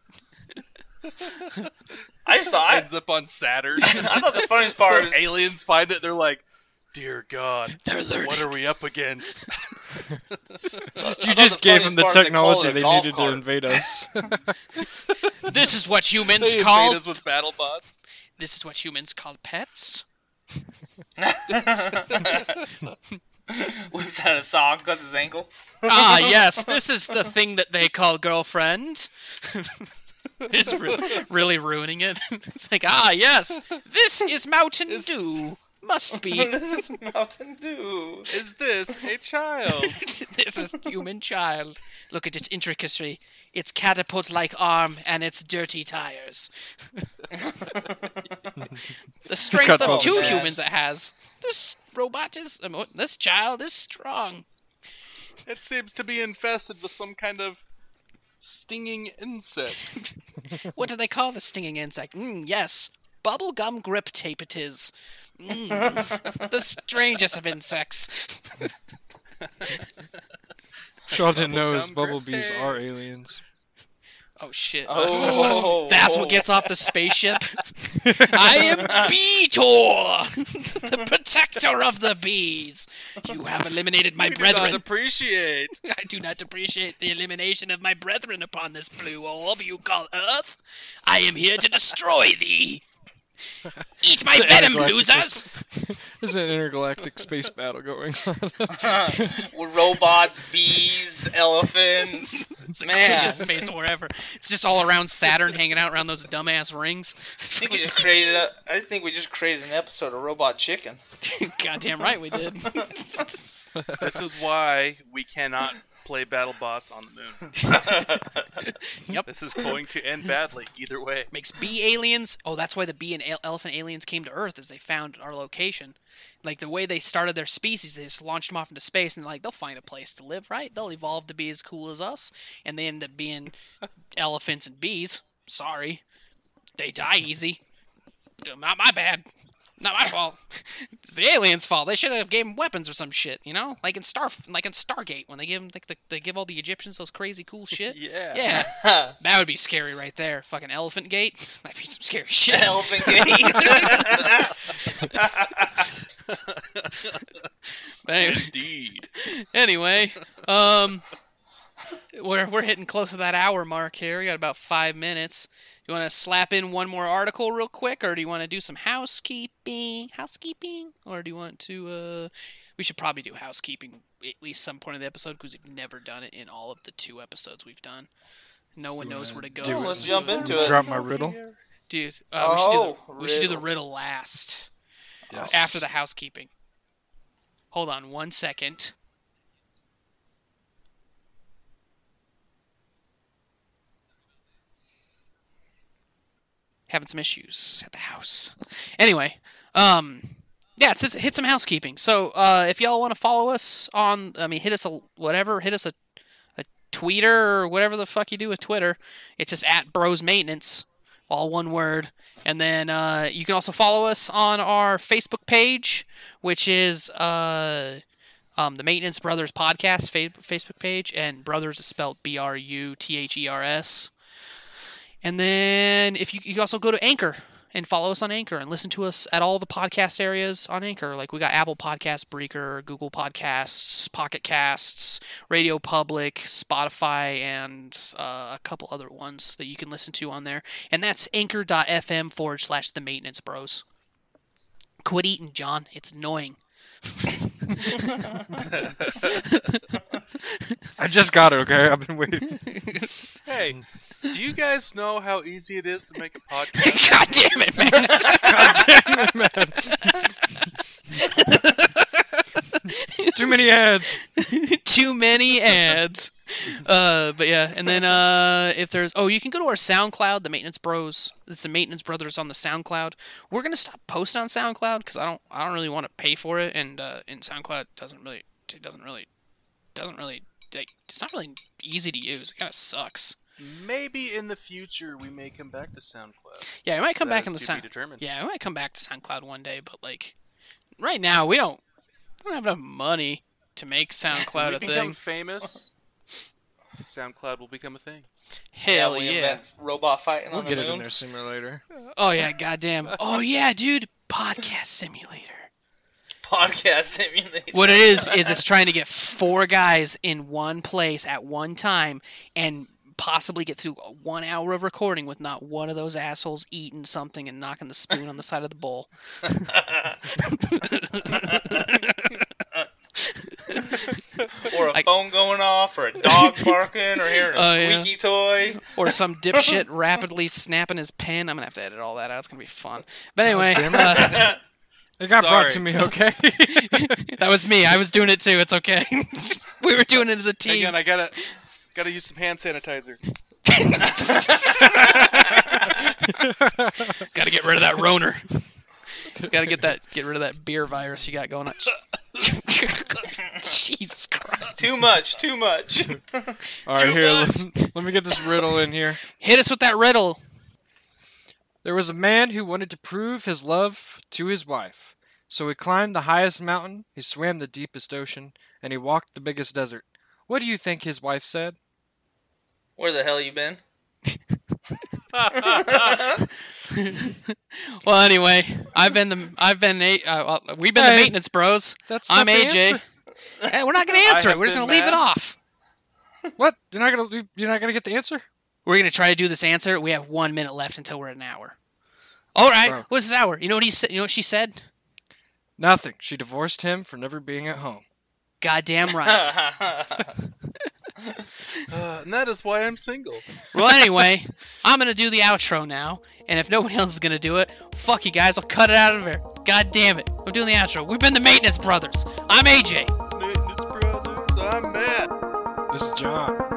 S4: I just thought
S2: ends up on Saturn.
S4: I thought the funniest part
S2: Some
S4: is
S2: aliens find it. They're like, "Dear God,
S1: They're learning.
S2: what are we up against?"
S3: You
S4: the
S3: just gave
S4: funniest
S3: them the
S4: part, they call
S3: technology
S4: it a
S3: they
S4: golf
S3: needed
S4: cart.
S3: to
S4: [laughs]
S3: invade us.
S1: This is what humans
S2: They invade
S1: call.
S2: us with battle bots.
S1: This is what humans call
S4: [laughs]
S1: pets.
S4: whips out a song because his ankle. [laughs]
S1: Ah, yes, this is the thing that they call girlfriend. [laughs] It's re- really ruining it. [laughs] it's like, ah, yes, this is Mountain
S2: It's-
S1: Dew. Must
S4: [laughs]
S1: be.
S4: this is Mountain Dew.
S2: Is this a child?
S1: [laughs] this is human child. Look at its intricacy, its catapult-like arm, and its dirty tires. [laughs] the strength
S3: got
S1: of
S3: bones.
S1: two
S4: Yeah.
S1: humans it has. This robot is. um, This child is strong.
S2: It seems to be infested with some kind of stinging insect.
S1: What do they call the stinging insect? Mm, yes, bubblegum grip tape it is. Mm, the strangest of insects.
S3: Y'all didn't know is
S2: Bubblegum
S3: bumblebees
S2: Griffin.
S3: are aliens.
S1: Oh shit.
S4: Oh,
S1: [laughs] That's what gets off the spaceship. I am Beetor, the protector of the bees. You have eliminated my
S2: [laughs] We do not
S1: brethren.
S2: appreciate.
S1: I do not appreciate the elimination of my brethren upon this blue orb you call Earth. I am here to destroy
S2: [laughs]
S1: thee. Eat my venom, losers!
S3: There's an intergalactic space battle going
S4: [laughs]
S3: on.
S4: With robots, bees, elephants.
S1: [laughs] It's like
S4: Man.
S1: gorgeous space wherever. It's just all around Saturn, hanging out around those dumbass rings. It's
S4: I think we
S1: fucking-
S4: just created. A, I think we just created an episode of Robot Chicken. [laughs]
S1: [laughs] Goddamn right we did.
S2: This is why we cannot play battle bots on the moon. This is going to end badly either way.
S1: Makes bee aliens. Oh, that's why the bee and el- elephant aliens came to Earth, is they found our location. Like the way they started their species, they just launched them off into space, and like they'll find a place to live, right? They'll evolve to be as cool as us, and they end up being elephants and bees. Sorry, they die easy. Not my bad. Not my fault. [laughs] It's the aliens' fault. They should have gave them weapons or some shit, you know? Like in Star, like in Stargate, when they give them, like the, they give all the Egyptians those crazy cool shit.
S2: Yeah.
S1: Yeah,
S4: Huh.
S1: that would be scary right there. Fucking elephant gate. [laughs] That'd be some scary shit. [laughs]
S4: Elephant [laughs] Gate.
S1: But anyway,
S2: Indeed.
S1: anyway, um, we're we're hitting close to that hour mark here. We got about five minutes. You want to slap in one more article real quick, or do you want to do some housekeeping? Housekeeping, or do you want to? Uh, we should probably do housekeeping at least some point of the episode because we've never done it in all of the two episodes we've done. No one knows where to go.
S3: do it?
S4: Let's jump into it.
S3: Drop my riddle.
S1: Dude, uh, we, should do the,
S4: Oh,
S1: we should do the
S4: riddle.
S1: riddle last.
S3: Yes.
S1: after the housekeeping. Hold on one second. Having some issues at the house. Anyway, um, yeah, it's just hit some housekeeping. So uh, if y'all want to follow us on, I mean, hit us a whatever, hit us a, a tweeter or whatever the fuck you do with Twitter. It's just at Bros Maintenance, all one word. And then uh, you can also follow us on our Facebook page, which is uh, um, the Maintenance Brothers Podcast fa- Facebook page, and Brothers is spelled E B-R-U-T-H-E-R-S. And then if you, you can also go to Anchor and follow us on Anchor and listen to us at all the podcast areas on Anchor. Like we got Apple Podcasts, Breaker, Google Podcasts, Pocket Casts, Radio Public, Spotify, and uh, a couple other ones that you can listen to on there. And that's anchor.fm forward slash the maintenance bros. Quit eating, John. It's annoying. [laughs]
S3: I just got it. Okay, I've been waiting.
S4: [laughs]
S2: Hey, do you guys know how easy it is to make a podcast?
S1: God damn it, man.
S3: Too many ads.
S1: too many ads. Uh, but yeah, and then uh, if there's oh, you can go to our SoundCloud, the Maintenance Bros. It's the Maintenance Brothers on the SoundCloud. We're gonna stop posting on SoundCloud because I don't I don't really want to pay for it, and uh, and SoundCloud doesn't really it doesn't really doesn't really like, it's not really easy to use. It kind of sucks.
S2: Maybe in the future we may come back to SoundCloud.
S1: Yeah, it might come
S2: That
S1: back
S2: is
S1: in the
S2: to be
S1: sound.
S2: determined.
S1: Yeah, we might come back to SoundCloud one day, but like right now we don't we don't have enough money to make SoundCloud
S2: [laughs] we
S1: a
S2: become
S1: thing.
S2: famous. SoundCloud will become a thing.
S1: Hell
S4: we
S1: yeah.
S4: invent robot fighting
S3: We'll
S4: on
S3: get
S4: the
S3: it
S4: moon.
S3: in their simulator.
S1: Oh yeah, goddamn. Oh yeah, dude, podcast simulator.
S4: Podcast simulator.
S1: What it is is it's trying to get four guys in one place at one time and possibly get through one hour of recording with not one of those assholes eating something and knocking the spoon on the side of the bowl.
S4: or a
S1: I-
S4: phone going off, or a dog
S1: [laughs]
S4: barking, or hearing a
S1: Oh, yeah.
S4: squeaky toy.
S1: or some [laughs] dipshit rapidly snapping his pen. I'm gonna have to edit all that out. It's gonna be fun. But anyway,
S6: damn it.
S1: uh,
S3: It got brought to
S2: Sorry.
S4: [laughs]
S3: me, okay? [laughs]
S1: that was me. I was doing it too. It's okay. [laughs] we were doing it as a
S2: Hang
S1: team.
S2: on, I gotta gotta use some hand sanitizer.
S1: [laughs] Gotta get rid of that Roner. Gotta get that get rid of that beer virus you got going on. [laughs] Jesus Christ.
S4: Too much,
S1: [laughs]
S4: too much.
S3: All right,
S4: Too
S3: here. Let, let me get this riddle in here.
S1: Hit us with that riddle. [laughs]
S3: There was a man who wanted to prove his love to his wife. So he climbed the highest mountain, he swam the deepest ocean, and he walked the biggest desert. What do you think his wife said?
S4: Where the hell
S1: [laughs]
S4: you been? [laughs]
S1: Well, anyway, I've been the I've been a, uh, well, we've been
S3: Hey,
S1: the maintenance bros.
S3: That's
S1: I'm
S3: not the
S1: AJ.
S3: answer.
S1: Hey, we're not gonna answer it.
S2: have
S1: We're just
S2: been
S1: gonna leave it
S2: mad.
S1: off.
S3: What? You're not gonna leave- you're not gonna get the answer?
S1: We're gonna try to do this answer. We have one minute left until we're at an hour. All right,
S3: Bro.
S1: what's this hour? You know what he said? You know what she said?
S3: Nothing. She divorced him for never being at home.
S1: Goddamn
S4: [laughs]
S2: [laughs]
S1: right.
S2: Uh, and that is why I'm single.
S1: well, anyway, I'm gonna do the outro now, and if nobody else is gonna do it, fuck you guys. I'll cut it out of here. God damn it! I'm doing the outro. We've been the Maintenance Brothers. I'm AJ.
S2: Maintenance brothers, I'm Matt.
S3: This is John.